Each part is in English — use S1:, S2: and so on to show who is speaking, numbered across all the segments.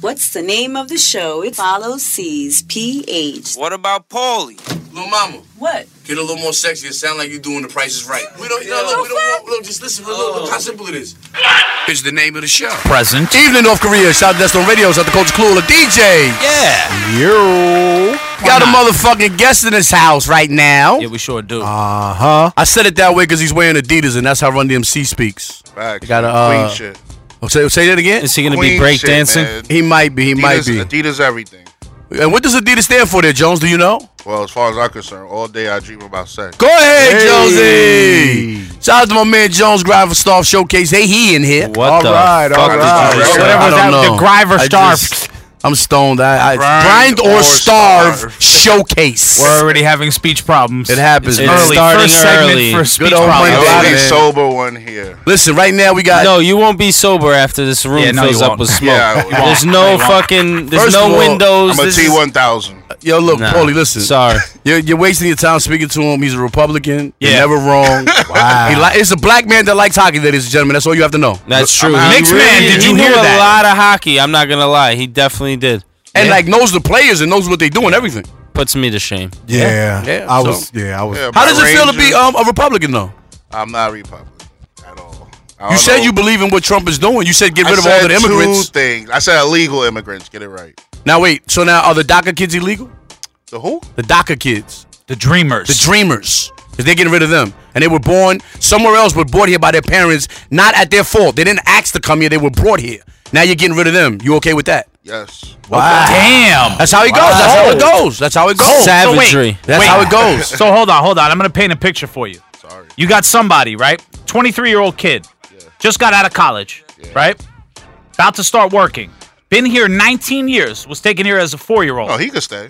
S1: What's the name of the show? It follows C's PH.
S2: What about Paulie?
S3: Lil Mama,
S1: What?
S3: get a little more sexy. It sound like you doing the Price is Right. We don't, no, look, we don't want, look, just listen, look, look how simple it is. It's the name of the show.
S4: Present.
S3: Evening, North Korea. Shout out to Destin Radio. Shout out to Coach Clue, the DJ.
S4: Yeah.
S3: Yo. Got a motherfucking guest in this house right now.
S4: Yeah, we sure do.
S3: Uh huh. I said it that way because he's wearing Adidas, and that's how Run DMC speaks.
S5: Facts.
S3: Got a, uh,
S5: Queen shit.
S3: Oh, Say, say that again.
S4: Is he gonna
S5: Queen
S4: be break
S5: shit,
S4: dancing?
S5: man.
S3: He might be. He might be.
S5: Adidas, Adidas everything.
S3: And what does Adidas stand for, there, Jones? Do you know?
S5: Well, as far as I'm concerned, all day I dream about sex.
S3: Go ahead,
S4: Hey.
S3: Jonesy. Shout out to my man Jones Griver Starf Showcase. Hey, he in here.
S4: What the
S5: right,
S4: fuck
S5: all right.
S4: did you just say?
S3: I
S5: Whatever
S3: don't
S4: that,
S3: know.
S4: the Griver
S3: I
S4: Starf.
S3: just- I'm stoned. I, I
S5: Grind
S3: grind or
S5: or
S3: starve
S5: starve.
S3: showcase.
S4: We're already having speech problems.
S3: It happens,
S4: It's
S3: man.
S4: early.
S3: Starting
S4: First segment
S6: early.
S4: for speech
S3: Good old
S4: problems.
S5: The
S3: Monday.
S5: only
S3: man.
S5: sober one here.
S3: Listen, right now we got
S6: No, you won't be sober after this room
S4: Yeah, no,
S6: fills
S4: you
S6: up
S4: won't.
S6: with smoke.
S5: Yeah, I will.
S6: There's no fucking. There's
S3: First of
S6: no
S3: all,
S6: windows.
S5: I'm a
S6: this is-
S5: T1000.
S3: yo. Look,
S6: Nah.
S3: Paulie, listen.
S6: Sorry.
S3: You're, you're wasting your time speaking to him. He's a Republican. You're
S4: Yeah.
S3: never wrong. wow. He li- it's a black man that likes hockey, ladies and gentlemen. That's all you have to know.
S6: That's true.
S4: out.
S6: He
S4: Knicks man, did
S6: he
S4: you
S6: knew
S4: hear
S6: a
S4: that?
S6: lot of hockey. I'm not gonna lie. He definitely did.
S3: And like knows the players and knows what they do and everything.
S6: Puts me to shame.
S7: Yeah,
S3: Yeah. Yeah,
S7: I
S3: so-
S7: was. Yeah, I was.
S5: Yeah,
S3: How
S5: my
S3: does it feel to
S5: Ranger.
S3: be um, a Republican though?
S5: I'm not Republican at all. I
S3: You
S5: don't
S3: said
S5: know.
S3: you believe in what Trump is doing. You said get
S5: I
S3: rid of all
S5: said
S3: the immigrants.
S5: Two things. I said illegal immigrants. Get it right.
S3: Now wait, so now are the DACA kids illegal?
S5: The who?
S3: The DACA kids,
S4: The dreamers.
S3: the Dreamers, because they're getting rid of them, and they were born somewhere else, but brought here by their parents, not at their fault. They didn't ask to come here; they were brought here. Now you're getting rid of them. You okay with that?
S5: Yes.
S3: Wow.
S4: Damn.
S3: That's how it goes. That's how it goes. That's how it goes.
S4: So wait,
S6: Savagery.
S3: That's
S4: wait.
S3: how it goes.
S4: So hold on, hold on. I'm gonna paint a picture for you.
S5: Sorry.
S4: You got somebody, right? 23 year old kid, just got out of college, right? About to start working. Been here 19 years. Was taken here as a four year old.
S5: Oh, he could stay.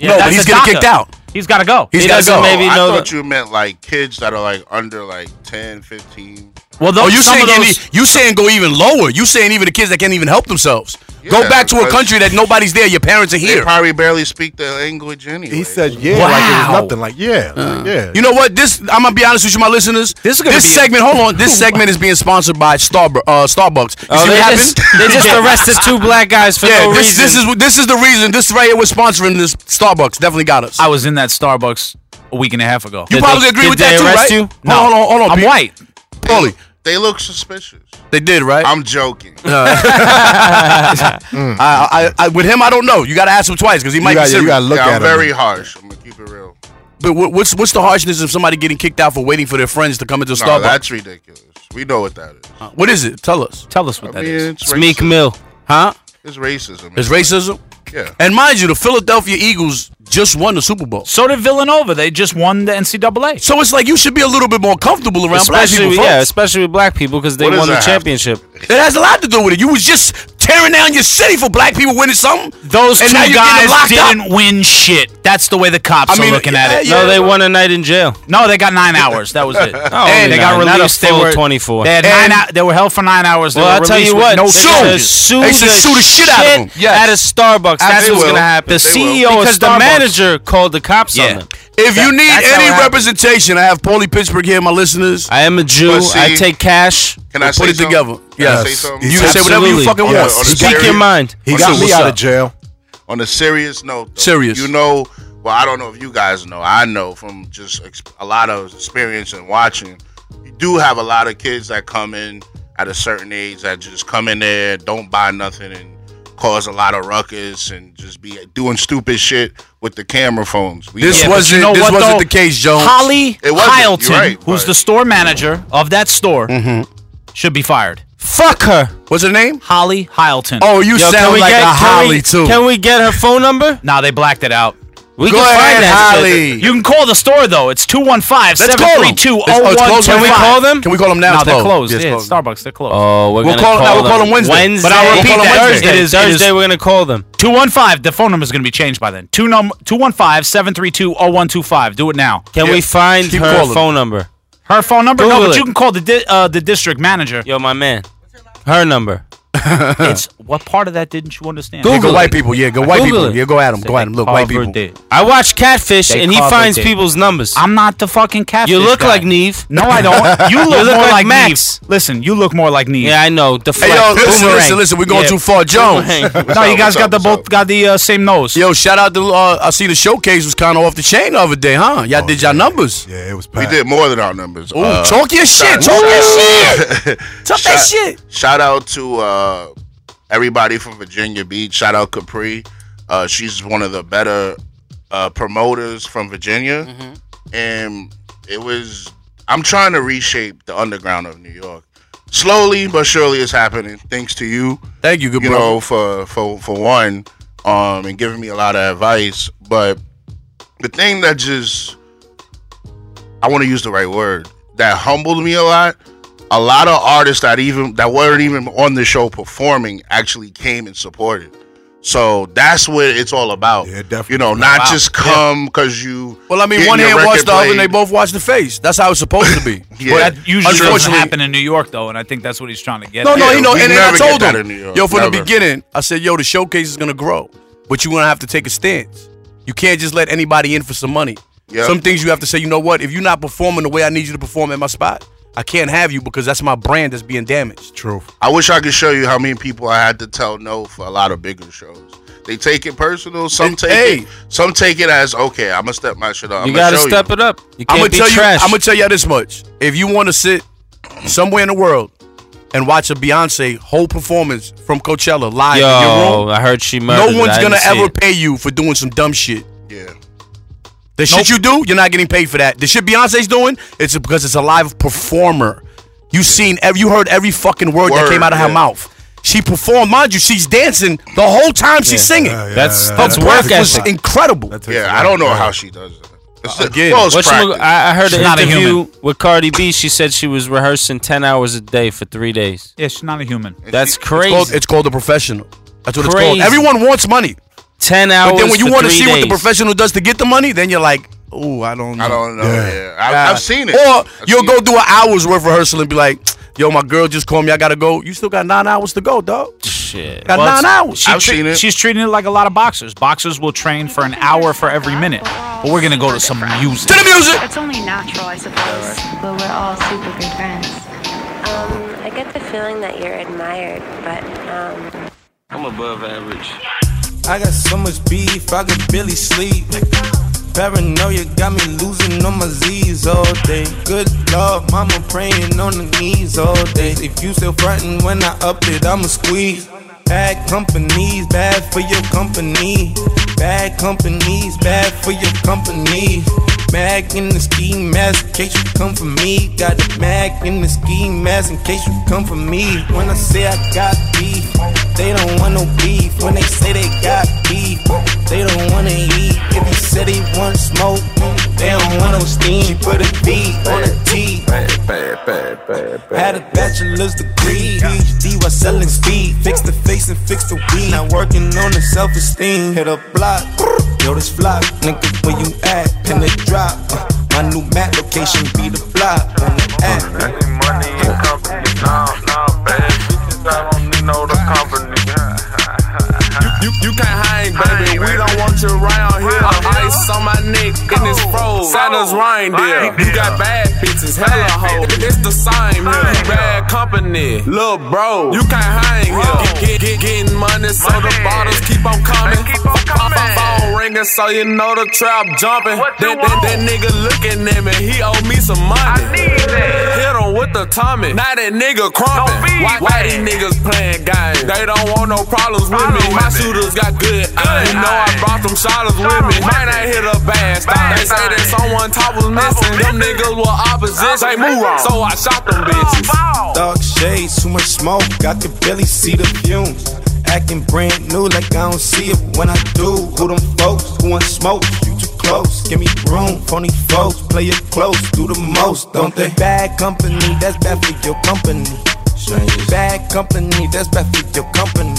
S3: No, but he's getting
S4: DACA.
S3: kicked out.
S4: He's got to go.
S3: He's
S6: He
S3: gotta
S6: doesn't
S3: go.
S6: maybe
S5: oh, I
S6: know
S5: thought
S6: that-
S5: you meant like kids that are like under like 10, 15.
S4: well,
S3: Oh,
S4: those,
S3: you
S4: some
S3: saying
S4: of those.
S3: any- you saying go even lower? You saying even the kids that can't even help themselves? go
S5: Yeah,
S3: back to a
S5: because-
S3: country that nobody's there. Your parents are
S5: They
S3: here.
S5: probably barely speak the language anyway.
S7: He said, "Yeah, like it
S3: Wow.
S7: was nothing." Like, yeah, like, yeah.
S3: Uh. You know what? This I'm gonna be honest with you, my listeners.
S6: This is gonna be a-
S3: segment. hold on. This segment is being sponsored by Starbu- uh, Starbucks. You
S6: Oh,
S3: see what
S6: they
S3: happened?
S6: just, they just arrested two black guys for
S3: yeah,
S6: no
S3: this,
S6: reason.
S3: this is this is the reason. This right here was sponsoring this Starbucks. Definitely got us.
S4: I was in that Starbucks a week and a half ago.
S3: you
S6: did
S3: probably
S6: they-
S3: agree
S6: did
S3: with
S6: they
S3: that too,
S6: arrest
S3: right?
S6: you?
S3: No. Hold on, hold on.
S4: I'm
S3: Pete.
S4: white.
S3: Paulie.
S5: They look suspicious.
S3: They did right.
S5: I'm joking.
S6: Mm.
S3: I, I, I, with him, I don't know. You got to ask him twice because he might
S7: you
S3: be
S7: got,
S3: serious.
S7: you got to look
S5: yeah,
S7: at
S5: I'm
S7: him.
S5: very harsh. I'm gonna keep it real.
S3: but what- what's what's the harshness of somebody getting kicked out for waiting for their friends to come into
S5: No,
S3: Starbucks? Uh,
S5: that's ridiculous. We know what that is.
S3: What is it? Tell us,
S4: Tell us what
S5: I
S4: that
S5: mean,
S4: is.
S5: it's,
S6: It's
S5: racism.
S6: Meek Mill.
S3: huh?
S5: It's racism.
S3: It's racism.
S5: Yeah.
S3: And mind you, the Philadelphia Eagles just won the Super Bowl.
S4: So did Villanova. They just won the NCAA.
S3: So it's like you should be a little bit more comfortable around black
S6: Especially,
S3: people.
S6: with-
S3: folks.
S6: yeah, especially with black people because they
S5: What does
S6: won the
S5: that have to-
S6: championship.
S3: It has a lot to do with it. You was just tearing down your city for black people winning something.
S4: Those
S3: and
S4: two
S3: now you're getting
S4: guys
S3: locked up.
S4: didn't win shit. That's the way the cops
S3: I mean,
S4: are looking
S3: yeah,
S4: at it.
S3: yeah.
S6: No, they won a night in jail.
S4: No, they got nine hours. That was it. oh,
S6: only
S4: they got
S6: nine, not a
S4: released.
S6: full
S4: they were
S6: 24.
S4: They had
S3: And-
S4: nine. hou- They were held for nine hours. They
S6: Well,
S4: were
S6: I'll tell
S4: released
S6: you
S4: with
S6: what.
S4: No
S6: they're gonna
S4: charges.
S6: sue
S3: They should sue the shit out of 'em.
S6: At a Starbucks. That's
S5: They
S6: what's
S5: will.
S6: gonna happen.
S4: The
S5: They will.
S4: CEO of
S6: because the E
S4: Starbucks-
S6: manager called the cops
S4: Yeah.
S6: on them.
S3: If you need
S4: that's how it
S3: any
S4: happened.
S3: representation, I have Paulie Pittsburgh here, my listeners.
S6: I am a Jew.
S5: But see-
S6: I take cash.
S5: Can I
S3: Put it together.
S5: Yes.
S3: Yes.
S5: something?
S3: You can say whatever you
S6: Absolutely.
S3: fucking
S5: On a-
S3: want.
S5: on a
S3: Speak
S6: Speak
S5: serious-
S6: your mind.
S7: He
S5: on
S7: got
S5: a-
S7: me out of jail.
S5: On a serious note, though,
S3: Serious.
S5: You know, well, I don't know if you guys know. I know from just ex- a lot of experience and watching. You do have a lot of kids that come in at a certain age that just come in there, don't buy nothing, and cause a lot of ruckus and just be doing stupid shit with the camera phones. We
S3: This
S5: know.
S4: Yeah, but
S3: wasn't
S4: you know
S3: this
S4: what,
S3: wasn't
S4: though?
S3: the case, Jones.
S4: Holly
S5: It wasn't. You're
S4: Hylton,
S5: right,
S4: who's
S5: but-
S4: the store manager of that store, should be fired.
S6: Fuck her.
S3: What's Mm-hmm. her name?
S4: Holly Hylton.
S3: Oh, you
S6: Yo,
S3: sound like a
S6: can
S3: Holly
S6: we,
S3: too.
S6: Can we get her phone number?
S4: Nah, they blacked it out.
S6: We
S3: Go
S6: can
S3: ahead,
S6: find that shit.
S3: Holly.
S4: You can call the store though. It's 215
S3: Let's call them.
S4: 732
S3: Let's- oh, it's closed
S6: Can we
S3: now.
S6: call them?
S3: Can we call them now?
S4: No,
S3: It's
S4: they're closed.
S3: Yeah, it's
S4: Yeah, it's Starbucks, they're closed.
S6: Oh, we're
S3: We'll
S6: gonna
S3: call- no, we'll
S6: them.
S3: call them Wednesday.
S6: Wednesday.
S3: But I will call them Wednesday.
S6: Thursday.
S4: It is- it is-
S6: Thursday. We're gonna call them.
S4: 215, the phone number is going to be changed by then. Two num- 215 732 0125. Do it now.
S6: Can we find
S3: Keep
S6: her
S3: calling.
S6: phone number?
S4: Her phone Oh, number? no,
S6: Google
S4: but
S6: it.
S4: you can call the di- uh, the district manager.
S6: Yo, my man. Her number.
S4: It's What part of that didn't you understand?
S3: Yeah,
S6: Google
S3: go
S6: it.
S3: white people. Yeah, go white
S6: Google
S3: people.
S6: it.
S3: Yeah, go at them. Go at them. Look, white people.
S4: Harvard did.
S6: I watch Catfish,
S4: They
S6: and he
S4: covered
S6: finds
S4: it.
S6: people's numbers.
S4: I'm not the fucking catfish.
S6: you look
S4: guy.
S6: like Neve.
S4: No, I don't. You look,
S6: look
S4: more
S6: like
S4: like,
S6: Max.
S4: Neve. Listen, you look more like Neve.
S6: Yeah, I know.
S3: Hey,
S6: Deflect.
S3: yo, listen,
S6: Boomerang.
S3: listen, listen. We're going
S6: Yeah.
S3: too far, Jones.
S6: Boomerang.
S4: No, you
S5: up,
S4: guys
S5: what's
S4: got
S5: up,
S4: the
S5: what's
S4: both
S5: up?
S4: got the uh, same nose.
S3: Yo, shout out to. Uh, I see the showcase was kind of off the chain the other day, huh? Y'all did y'all numbers.
S7: Yeah, it was
S5: We
S7: packed.
S5: did more than our numbers. Uh,
S3: Ooh, talk your
S5: shout-
S3: shit. Talk your shit. Talk that
S5: Shout-
S3: shit.
S5: Shout out to uh, everybody from Virginia Beach. Shout out Capri. Uh, she's one of the better uh, promoters from Virginia, and it was. I'm trying to reshape the underground of New York. Slowly but surely, it's happening. Thanks to you,
S3: Thank you, good
S5: you
S3: bro.
S5: know, for for for one, um, and giving me a lot of advice. But the thing that just I want to use the right word that humbled me a lot. A lot of artists that even that weren't even on the show performing actually came and supported. So that's what it's all about.
S7: Yeah, definitely.
S5: You know, not just come because you.
S3: well, I mean,
S5: getting
S3: one
S5: your
S3: hand
S5: record
S3: watched the other, and
S5: played.
S3: they both watched the face. That's how it's supposed to be.
S5: Yeah.
S3: But
S5: That
S4: Usually doesn't
S3: unfortunately-
S4: happen in New York though, and I think that's what he's trying to get.
S3: No,
S4: at.
S3: no,
S5: Yeah,
S3: you know,
S5: we
S3: and, and I
S5: never get
S3: told
S5: that
S3: him,
S5: in New York.
S3: yo, from the
S5: Never.
S3: beginning, I said, yo, the showcase is gonna grow, but you're gonna have to take a stance. You can't just let anybody in for some money.
S5: Yep.
S3: Some things you have to say, you know what? If you're not performing the way I need you to perform at my spot, I can't have you because that's my brand that's being damaged.
S7: Truth.
S5: I wish I could show you how many people I had to tell no for a lot of bigger shows. They take it personal. Some
S3: It-
S5: take
S3: hey.
S5: it. Some take it as okay. I'm gonna step my shit up.
S6: You
S5: I'ma
S6: gotta
S5: show
S6: step it up. You
S3: I'm
S6: can't
S3: gonna
S6: be
S3: tell
S6: trash.
S3: you, I'm gonna tell y'all this much: if you want to sit somewhere in the world and watch a Beyonce whole performance from Coachella live in your
S6: Yo,
S3: room,
S6: I heard she murdered.
S3: no
S6: it.
S3: one's
S6: I
S3: gonna
S6: didn't see
S3: ever
S6: it.
S3: pay you for doing some dumb shit.
S5: Yeah.
S3: The shit you do, you're not getting paid for that. The shit Beyonce's doing, it's because it's a live performer. You seen, ev- you heard every fucking word, that
S5: Word,
S3: came out of her
S5: yeah.
S3: mouth. She performed, mind you, she's dancing the whole time she's singing.
S7: Yeah, yeah,
S6: That's-
S7: yeah,
S6: that's
S7: yeah.
S3: Her
S6: work
S3: breath was
S6: ethic.
S3: incredible.
S7: That takes a
S5: Yeah,
S7: lot
S5: I don't
S7: of
S5: know how
S7: practice.
S5: she does it. It's the,
S3: Again,
S5: well, it's
S6: Whatchamacallit-
S5: practice.
S6: I I heard
S4: She's
S6: an
S4: not a
S6: interview
S4: human.
S6: with Cardi B. She said she was rehearsing ten hours a day for three days.
S4: yeah, she's not a human.
S6: That's
S3: It's called,
S6: crazy.
S3: it's called the professional. That's what it's called.
S6: Crazy.
S3: Everyone wants money.
S6: Ten hours.
S3: But then when you
S6: for
S3: want to
S6: three
S3: see what the
S6: days.
S3: professional does to get the money, then you're like, oh, I don't know.
S5: I don't know.
S7: Yeah.
S5: Yeah, I, I've seen it.
S3: Or
S5: I've
S3: you'll
S5: seen
S3: go
S5: it.
S3: do an hour's worth rehearsal and be like, yo, my girl just called me. I got to go. You still got nine hours to go, dog.
S6: Shit.
S3: Got nine hours.
S4: She
S5: I've seen it.
S4: She's treating it like a lot of boxers. Boxers will train for an hour for every minute, but we're gonna go to some music.
S3: to the music.
S2: It's only natural, I suppose. But we're all super good friends.
S8: Um, I get the feeling that you're admired, but um,
S9: I'm above average.
S10: I got so much beef, I could barely sleep. Paranoia got me losing on my Z's all day. Good love, mama praying on the knees all day. If you still frontin' when I up it, I'ma squeeze. Bad companies, bad for your company. Bad companies, bad for your company. Mag in the ski mask in case you come for me. Got the mag in the ski mask in case you come for me. When I say I got beef, they don't want no beef. When they say they got beef, they don't wanna eat. If you said they want smoke, they don't want no steam. She put a B on a T. Had a bachelor's degree, PhD while selling speed. Fix the face and fix the weed. Now working on the self esteem. Hit a block, yo, this flop. Nigga, where you at? Pin the drop. Uh, my new map location be the block Uh, on the app.
S9: money and company. Nah, nah, bad bitches. I don't need no the company. you, you, you can't hang, baby. We don't want you around here. Ice on my neck and it's froze. Santa's reindeer. You got bad bitches, hella hoes. It's the same here. You bad company, little bro. You can't hang here. Get, get, get, getting money, so the bottles keep on coming. My phone ringing, so you know the trap jumping. That, that, that nigga looking at me, he owe me some money. Hit him with the Tommy. Now that nigga crumping. Why, why these niggas playing games? They don't want no problems with me. My shooters got good. I you know I brought them shotters with me. Might not hit a bad stop. They say that someone top was missing. Them niggas were opposition. They move wrong. So I shot them bitches.
S10: Dark shades, too much smoke, I can barely see the fumes. Acting brand new, like I don't see it when I do. Who them folks? Who want smoke? You too close. Give me room, phony folks. Play it close, do the most, don't they? Bad company, that's bad for your company. Bad company, that's bad for your company.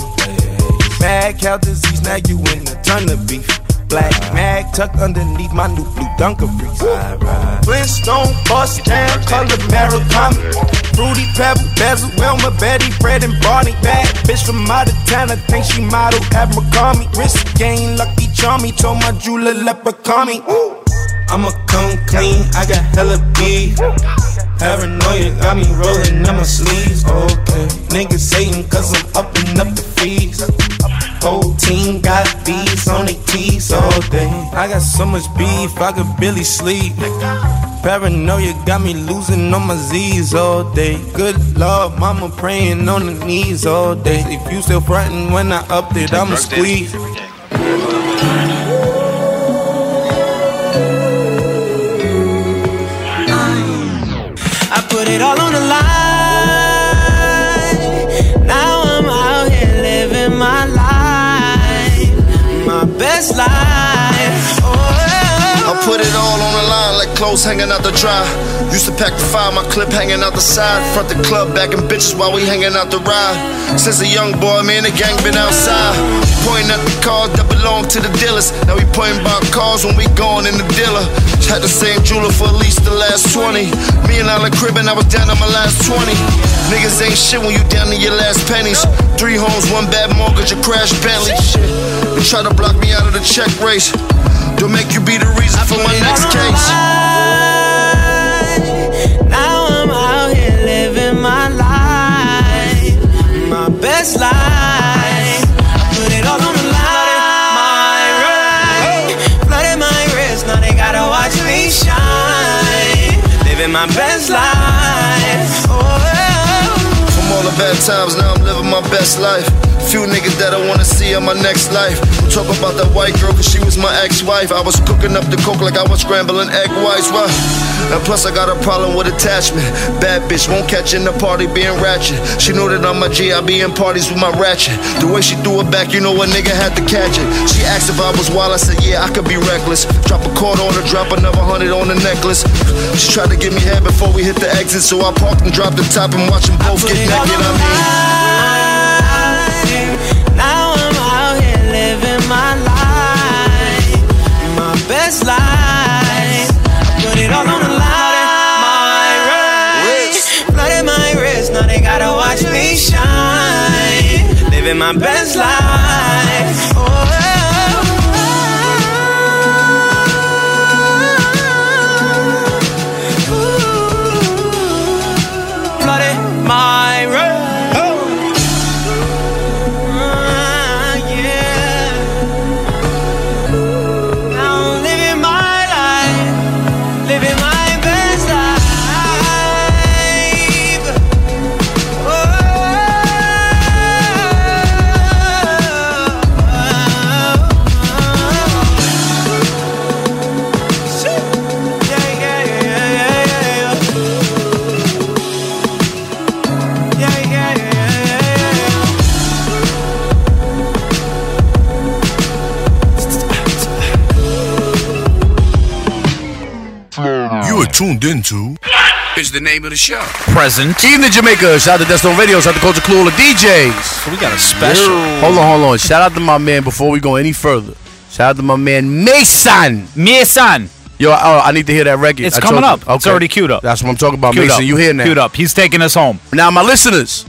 S10: Bad cow disease, now you in a ton of beef. black mag tucked underneath my new blue dungaree. Flintstone bust down, color Maricami. Fruity pebble, bezel, Wilma, Betty, Fred, and Barney. Bad bitch from out of town, I think she model at McCarmy. Wrist game, lucky charmy, told my jeweler leprechaun me. I'ma come clean, I got hella beef. Paranoia got me rolling in my sleeves, okay. Niggas hating cause I'm upping up the fees. Whole team got beats on they tees all day. I got so much beef, I could barely sleep. Paranoia got me losing on my Z's all day. Good love, mama praying on the knees all day. If you still frontin' when I upped it, I'ma squeeze.
S11: I put it all on the line. Now I'm out here living my life, my best life. Oh.
S12: I put it all on the line like clothes hanging out the dry. Used to pack the fire, my clip hanging out the side. Front the club, backing bitches while we hanging out the ride. Since a young boy, me and the gang been outside. Pointing at the cars that belong to the dealers. Now we pointing by cars when we gone in the dealer. Had the same jeweler for at least the last 20. Me and Island Cribbin, I was down to my last 20. Niggas ain't shit when you down to your last pennies. Three homes, one bad mortgage, a crash Bentley. They try to block me out of the check race. Don't make you be the reason for my next case.
S11: Now I'm out here living my life, my best life. I put it all on the line. My right, flooded my wrist. Now they gotta watch me shine, living my best life. Oh,
S12: From all the bad times, now I'm living my best life. Few niggas that I wanna see in my next life. Talk about that white girl, cause she was my ex-wife. I was cooking up the coke like I was scrambling egg whites. Why? And plus I got a problem with attachment. Bad bitch won't catch in the party being ratchet. She know that I'm a G, I be in parties with my ratchet. The way she threw it back, you know a nigga had to catch it. She asked if I was wild, I said, yeah, I could be reckless. Drop a quarter on her, drop another hundred on the necklace. She tried to give me head before we hit the exit, so I parked and dropped the top and watched them both get naked. I mean.
S11: Now I'm out here living my life, my best life. Put it all on the line. My wrist, flooded my wrist. Now they gotta watch me shine, living my best life. Oh, Oh. Flooded my wrist. Now I'm living my life, living my best life. Oh, yeah, yeah, yeah, yeah, yeah, yeah, yeah, yeah, yeah, yeah.
S3: You are tuned into is the name of the show.
S4: Present.
S3: Evening Jamaica. Shout out to Destone Radio. Shout out to Culture Clue, all the DJs. We got a
S6: special.
S3: Hold on, hold on. Shout out to my man before we go any further. Shout out to my man Mason.
S4: Mason.
S3: Yo, uh, I, I need to hear that record.
S4: It's
S3: I
S4: coming
S3: told
S4: up.
S3: you.
S4: It's already queued up.
S3: That's what I'm talking about.
S4: Queued
S3: Mason,
S4: up.
S3: you here now.
S4: Queued up. He's taking us home.
S3: Now, my listeners,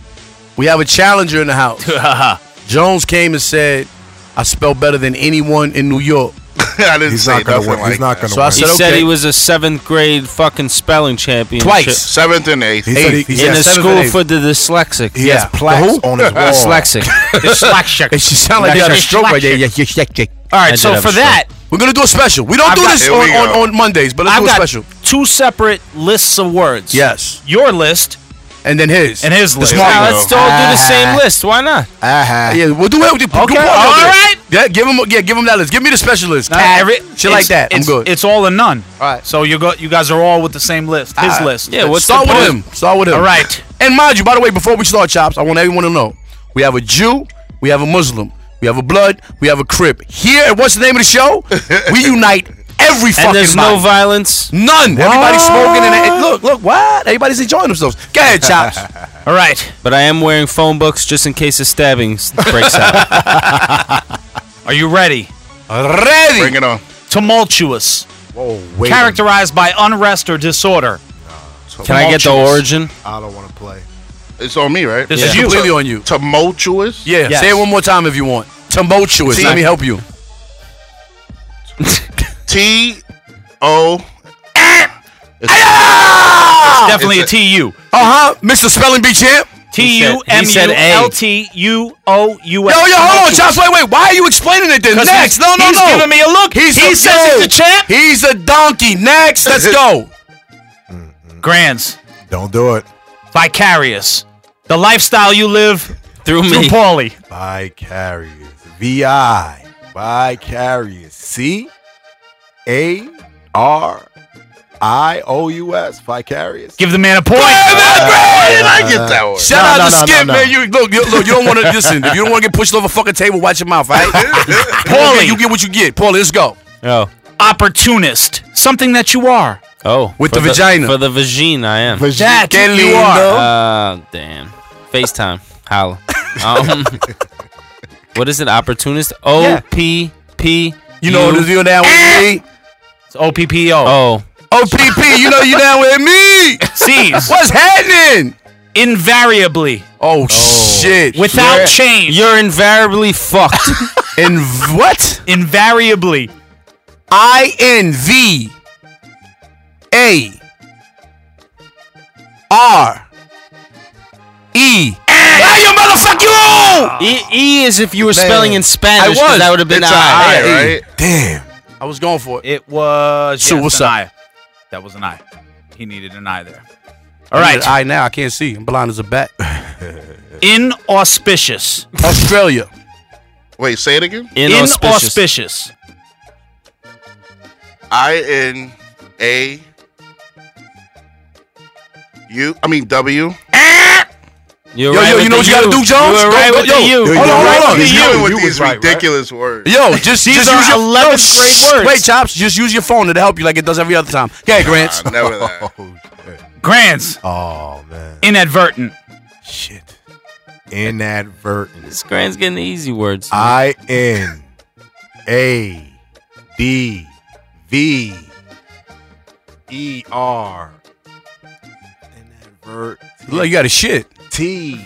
S3: we have a challenger in the house.
S4: Uh-huh.
S3: Jones came and said, I spell better than anyone in New York.
S5: I didn't
S3: He's say not gonna nothing win. like He's not that. gonna
S6: So I
S3: win.
S6: said,
S3: He said
S6: he
S3: okay.
S6: was a seventh grade fucking spelling champion.
S5: Seventh and eighth.
S6: He said he- he In said the seventh school and eighth. for the dyslexic. He has plaques on his wall. Dyslexic. Dyslexic.
S3: It should sound like you had a stroke right there. Yeah, yeah, yeah, yeah.
S4: All right, so for that,
S3: we're gonna do a special. We don't
S4: I've
S3: do
S4: got-
S3: this
S4: Here
S3: on,
S4: we go.
S3: on, on Mondays, but let's
S4: I've
S3: do a
S4: got
S3: special.
S4: two separate lists of words.
S3: Yes.
S4: Your list.
S3: And then his.
S4: And his
S3: The
S4: list.
S3: smart one.
S6: list. Why not?
S3: Yeah, we'll do it. We'll do,
S4: Okay,
S3: do
S4: all
S3: all
S4: right.
S3: Yeah, give him. Yeah, give him that list. Give me the special list.
S4: Not
S3: Cat,
S4: every-
S3: shit like
S4: it's-
S3: that. I'm
S4: it's-
S3: good.
S4: It's all and none. All
S3: right.
S4: So you got you guys are all with the same list. His
S3: All right.
S4: list.
S3: Yeah, start with him. Start with him.
S4: All right.
S3: And mind you, by the way, before we start, chops, I want everyone to know we have a Jew, we have a Muslim, we have a blood, we have a crib. Here at what's the name of the show? we unite every fucking.
S6: And there's no
S3: body.
S6: violence.
S3: None. Everybody's smoking and it, look, look, what? Everybody's enjoying themselves. Go ahead, chops.
S4: All right.
S6: But I am wearing phone books just in case a stabbing s- breaks out.
S4: Are you ready? Ready.
S5: Bring it on.
S4: Tumultuous.
S7: Whoa,
S5: wait a
S4: Characterized by unrest or disorder.
S6: Can I get the
S4: Tumultuous.
S6: origin?
S7: I don't want to play.
S5: It's on me, right?
S6: This is you.
S3: Completely on you.
S5: Tumultuous.
S3: Yeah.
S5: Yes.
S3: Say it one more time if you want. Tumultuous.
S5: See-
S3: Let me help you.
S5: T O.
S4: It's definitely
S5: It's
S4: a TU.
S3: Uh huh. Mr. Spelling Bee Champ.
S4: T U M U L T U O U
S3: Yo, yo,
S4: S.
S3: hold on, Josh.
S4: Tumultuous.
S3: Wait, wait. Why are you explaining it then?
S4: 'Cause
S3: Next.
S4: he's-
S3: no, no,
S4: he's
S3: no.
S4: giving me a look. He says he's the champ.
S3: He's a donkey. Next. Let's go.
S4: Grands.
S7: Mm-hmm. Don't do it.
S4: Vicarious. The lifestyle you live through
S7: me.
S4: Through Paulie.
S7: Vicarious. V I. Vicarious. C A R I O U S. Vicarious.
S4: Give the man a point. Uh,
S5: I
S3: Uh,
S5: get that one.
S3: Shout out to Skip, man. You look, you, look. You don't want to listen. If you don't want to get pushed over a fucking table, watch your mouth, all right? Paulie, you get what you get. Paulie, let's go.
S6: Oh.
S4: Opportunist. Something that you are.
S6: Oh.
S3: With
S6: for
S3: the vagina.
S6: For the vagina, I am.
S4: That you are.
S6: Uh, damn. FaceTime. Holla. Um, what is it? Opportunist? O P P.
S3: You know what it is, you're down with me?
S4: It's O P P O.
S6: Oh.
S3: OPP, you know you down with me.
S4: C's.
S3: What's happening?
S4: Invariably.
S3: Oh, shit.
S4: Without
S6: You're-
S4: change.
S6: You're invariably fucked.
S3: In what?
S4: Invariably.
S3: I N V A R E. Ah, you motherfucker!
S6: E, e is if you were
S3: Man.
S6: spelling in
S3: I
S6: Spanish, 'cause
S3: was.
S6: that would have been
S5: It's a
S6: I.
S5: I, right?
S7: Damn.
S3: I was going for it.
S4: It was
S3: So
S4: yes,
S3: what's
S4: an
S3: up?
S4: eye. That was an eye. He needed an eye there. All right.
S3: I now I can't see. I'm blind as a bat.
S4: Inauspicious.
S3: Australia.
S5: Wait, say it again.
S6: Inauspicious.
S4: Inauspicious.
S5: I N A U. I mean W.
S6: You're
S3: Yo,
S6: right
S3: yo,
S6: with
S3: you know
S6: the
S3: what you gotta do, Jones?
S6: You were
S3: Go-
S6: right
S3: go-
S6: with
S3: yo,
S6: the U.
S3: yo,
S6: You
S3: Hold
S6: were
S3: on, hold
S6: right
S3: on.
S6: with the
S5: He's
S3: you.
S5: dealing with
S7: You was
S5: these
S7: right, right?
S5: ridiculous words.
S3: Yo, just,
S6: These
S3: just
S6: are
S3: use your
S6: 11th grade
S3: shh.
S6: words.
S3: Wait, chops. Just use your phone. It'll help you like it does every other time. Okay, Grants.
S5: Nah, never that.
S7: Oh, shit.
S4: Grants.
S7: Oh, man.
S4: Inadvertent.
S7: Shit. Inadvertent.
S6: This grand's getting the easy words.
S7: I N A D V E R Invert
S3: Look, you got a shit.
S7: T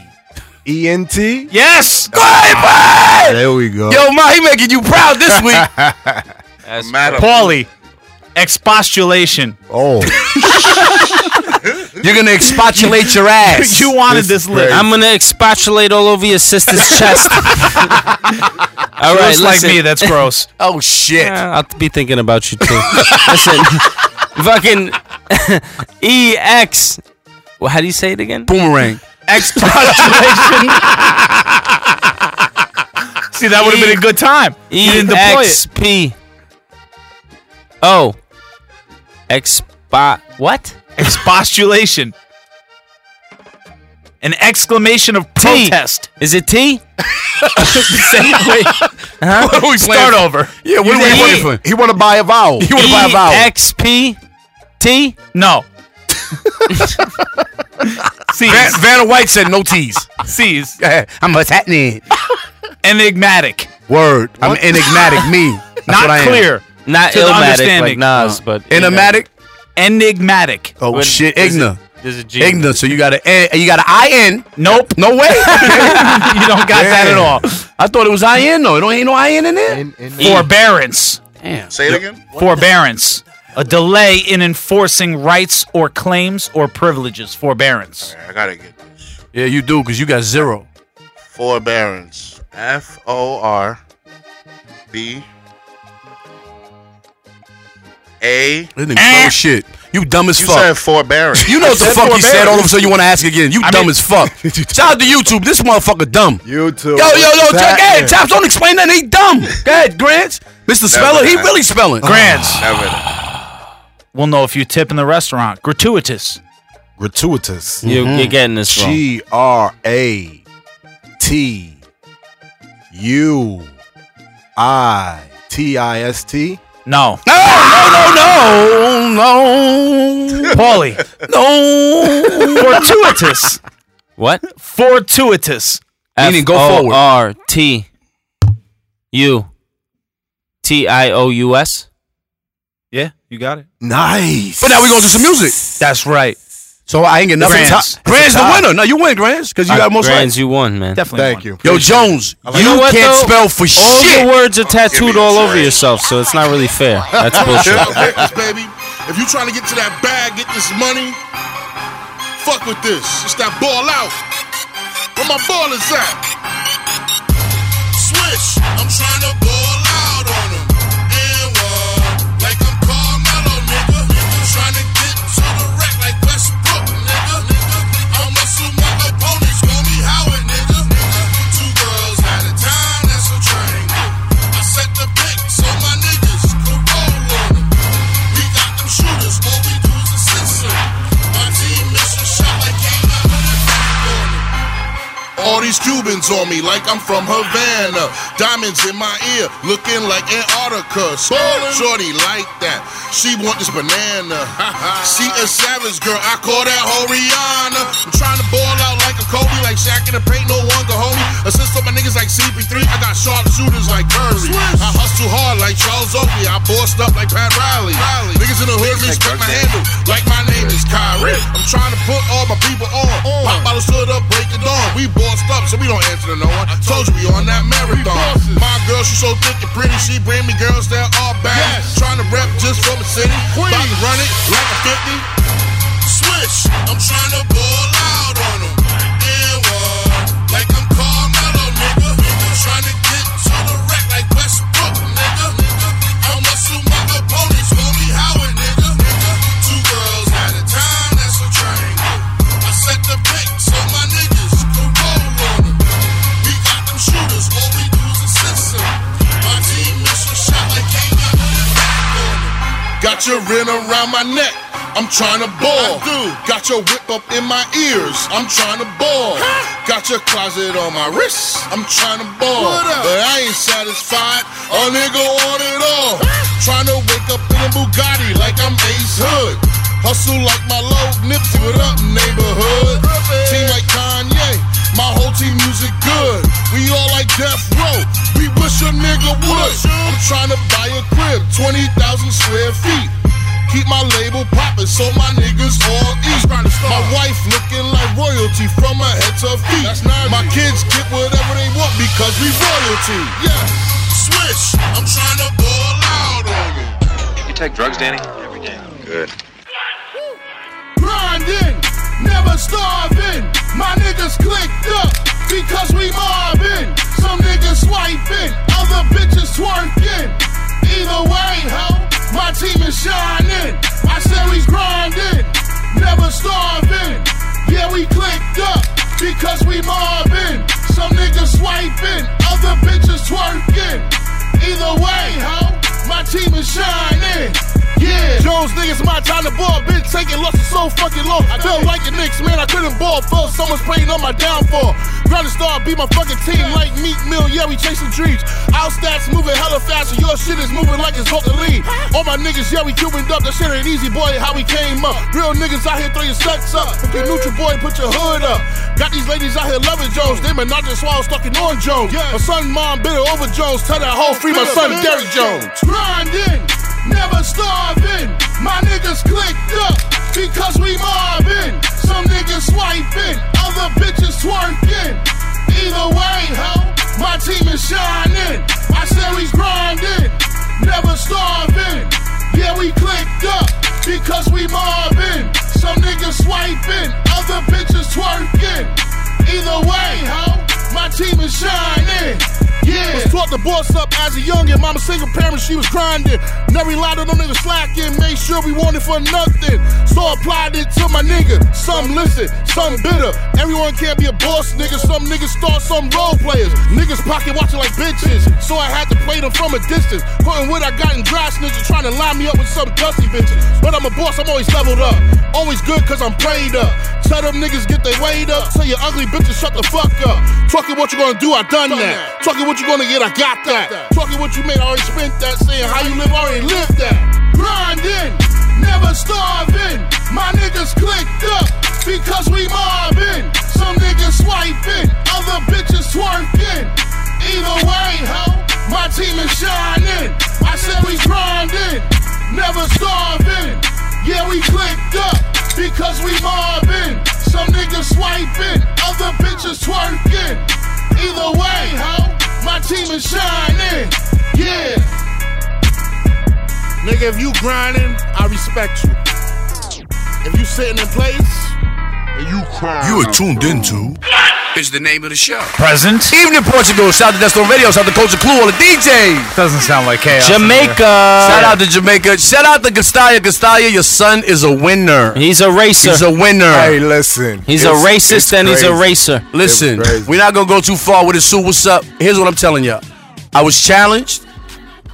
S7: E N T.
S4: Yes.
S7: There we go.
S3: Yo, Ma, he making you proud this week.
S6: That's
S5: Madam.
S4: Paulie. Expostulation.
S7: Oh,
S3: You're gonna expostulate your ass.
S4: You wanted this, list.
S6: I'm gonna expostulate all over your sister's chest. all right,
S4: Looks like
S6: listen.
S4: me. That's gross.
S3: oh shit.
S6: Yeah, I'll be thinking about you too. listen, fucking E X. Well, how do you say it again?
S3: Boomerang.
S4: See, that would have been a good time. You
S6: E
S4: didn't deploy
S6: X
S4: it.
S6: P O X spot Oh. what?
S4: Expostulation. An exclamation of
S6: T.
S4: protest.
S6: Is it T?
S3: What are we
S4: Start over.
S3: Yeah, what
S6: You
S3: are we
S6: said
S3: playing
S6: E.
S3: for?
S7: he want to buy a vowel.
S3: You want to buy a
S6: E
S3: vowel?
S6: X P T.
S4: No. C's.
S3: Van- Vanna White said no tease.
S4: C's.
S3: I'm what's happening.
S4: Enigmatic.
S3: Word. I'm enigmatic. Me. That's what I
S4: Not
S3: am.
S4: clear.
S6: Not
S4: To the
S6: illmatic like
S4: understanding.
S6: Nas, but
S3: Enigmatic.
S4: Enigmatic.
S3: Oh
S6: When-
S3: shit.
S6: there's a-
S3: Igna.
S6: There's a G.
S3: Igna. So you got a N- you got an I N.
S4: Nope.
S3: No way.
S4: you don't got that at all.
S3: I thought it was I N though. It don't ain't no I N in there.
S7: In, in
S4: Forbearance.
S3: Damn.
S5: Say it again.
S4: Forbearance. A delay in enforcing rights or claims or privileges. Forbearance.
S5: I gotta get this.
S3: Yeah, you do because you got zero.
S5: Forbearance. F O R B A. You
S3: This nigga no Oh, shit. You dumb as fuck.
S5: said forbearance.
S3: You know what the
S7: said
S3: fuck he
S7: forbearance.
S3: said. All of a sudden, you want to ask again. You dumb as fuck. Shout out to YouTube. This motherfucker dumb.
S7: you too.
S3: Yo, yo, yo,
S7: Back
S3: check hey,
S7: there.
S3: Taps, don't explain that. He dumb. Go ahead, Grants. Mr. Speller, he
S5: that.
S3: really spelling. Ah,
S4: Grants.
S5: Never that.
S4: We'll know if you tip in the restaurant. Gratuitous.
S7: Gratuitous.
S6: You, You're
S1: Mm-hmm.
S3: Mm-hmm.
S6: getting this wrong.
S7: G R A T U I T I S T.
S4: No.
S3: No, no, no, no, no,
S4: Paulie.
S3: no.
S4: Fortuitous.
S6: What?
S4: Fortuitous.
S3: Meaning go forward.
S6: F O R T U T I O U S.
S4: Yeah, you got it.
S13: Nice.
S3: But now we gonna do some music.
S4: That's right.
S3: So I ain't get nothing.
S6: Grants.
S3: Top. Grants the
S6: Top.
S3: winner. No, you win, Grants, because you
S6: Uh,
S3: got most
S6: Grands,
S3: right.
S6: you won, man.
S4: Definitely
S13: Thank you.
S3: Yo, Jones, you,
S6: know what,
S3: can't
S6: though?
S3: spell for
S6: All
S3: shit.
S6: your words are tattooed all over yourself, so it's not really fair. That's bullshit.
S14: Check this, baby. If you trying to get to that bag, get this money. Fuck with this. It's that ball out. Where my ball is at? Switch. I'm trying to ball out on him. And what? Like I'm Carmelo, nigga. Trying to get to the rack like Westbrook, nigga. I'll muscle my opponents. Call me Howard, nigga. Two girls at a time. That's a triangle. I set the pick so my niggas could roll on 'em. We got them shooters, all we do is assist 'em. My team missed a shot like came out with a back on 'em. All these Cubans on me like I'm from Havana. Diamonds in my ear, looking like Antarctica. Ballin'. Shorty like that. She want this banana. she a savage girl. I call that whole Rihanna. I'm trying to ball out like a Kobe, like Shaq in the paint. No one can hold me. Assist on my niggas like CP3. I got sharp shooters like Curry. I hustle hard like Charles Oakley. I bossed up like Pat Riley. Niggas in the hood respect my handle, like my name is Kyrie. I'm trying to put all my people on. Pop bottle stood up, break it on. We bossed up, so we don't answer to no one. I told you we on that marathon. My girl, she so thick and pretty. She bring me girls that are bad. Trying to rap just for my city. About to run it like a 50. Switch, I'm trying to ball out on 'em. And what? Like I'm Carmelo, nigga. Trying to get to the rack like Westbrook, nigga. I'll muscle my opponents, call me Howard, nigga. Two girls at a time, that's a triangle. I set the pick so my niggas could roll on 'em. We got them shooters, all we do is assist 'em. My team missed a shot like came out with a back on 'em. Got your ring around my neck. I'm tryna ball. Got your whip up in my ears. I'm tryna ball. Got your closet on my wrist. I'm tryna ball. But I ain't satisfied. A nigga want it all. Tryna wake up in a Bugatti like I'm Ace Hood. Hustle like my low Nipsey. What up, neighborhood? Team like Kanye. My whole team music good. We all like death row. We wish a nigga would. I'm tryna buy a crib, 20,000 square feet. Keep my label poppin' so my niggas all eat. My wife looking like royalty from her head to her feet. My kids get whatever they want because we royalty. Yeah, switch. I'm tryna ball out on it.
S15: You take drugs, Danny? Every day. Good.
S14: grinding, never starving. My niggas clicked up because we mobbing. Some niggas swiping, other bitches twerking. Either way, ho, my team is shining. I said we grinding, never starving. Yeah, we clicked up because we mobbing. Some niggas swiping, other bitches twerking. Either way, ho, my team is shining. Yeah, Jones niggas, my time to ball. Been taking losses so fucking long. I feel like the Knicks, man. I couldn't ball for someone's praying on my downfall. Ground to star, be my fucking team like Meat Mill. Yeah, we chasing dreams. Our stats moving hella fast, and your shit is moving like it's Hulk lead. All my niggas, yeah, we cubaned up. That shit ain't easy, boy. How we came up. Real niggas out here throw your sets up. If you neutral, boy, put your hood up. Got these ladies out here loving Jones. They might not just while stalking on Jones. My son, mom, bitter over Jones. Tell that whole free my son, Derrick Jones. Grinding, never starving. My niggas clicked up because we mobbing. Some niggas swiping, other bitches twerking. Either way, ho, my team is shining. I said we grinding, never starving. Yeah, we clicked up because we mobbing. Some niggas swiping, other bitches twerking. Either way, ho, my team is shining. Yeah. Was taught to boss up as a youngin'. Mama single parent, she was grinding. Never relied on them niggas slacking. Made sure we wanted for nothing. So I applied it to my nigga. Some listen, some bitter. Everyone can't be a boss, nigga. Some niggas start some role players. Niggas pocket watching like bitches. So I had to play them from a distance. Putting what I got in dry snitches, trying to line me up with some dusty bitches. But I'm a boss, I'm always leveled up. Always good cause I'm played up. Tell them niggas get their weight up. Tell your ugly bitches shut the fuck up. Talking what you gonna do, I done that. Talking what you gonna get, I got that. Talking what you made, I already spent that. Saying how you live, I already lived that. Grinding, never starving. My niggas clicked up because we mobbing. Some niggas swiping, other bitches twerking. Either way, ho, my team is shining. I signed in, never starving. Yeah, we clicked up because we mobbing. Some niggas swiping, other bitches twerking. Either way, ho, my team is shining. Yeah. Nigga, if you grinding, I respect you. If you sitting in place, and you crying.
S3: You are tuned into. Is the name of the show.
S4: Present.
S3: Even in Portugal, shout out to Destin Radio, shout out to Coach Clue, all the DJs.
S4: Doesn't sound like chaos.
S6: Jamaica.
S3: Shout out to Jamaica. Shout out to Gastaya. Gastaya, your son is a winner.
S6: He's a racer.
S3: He's a winner.
S7: Hey, listen.
S6: He's a racist and he's a racer.
S3: Listen, we're not gonna go too far with it. Sue, what's up? Here's what I'm telling you. all I was challenged.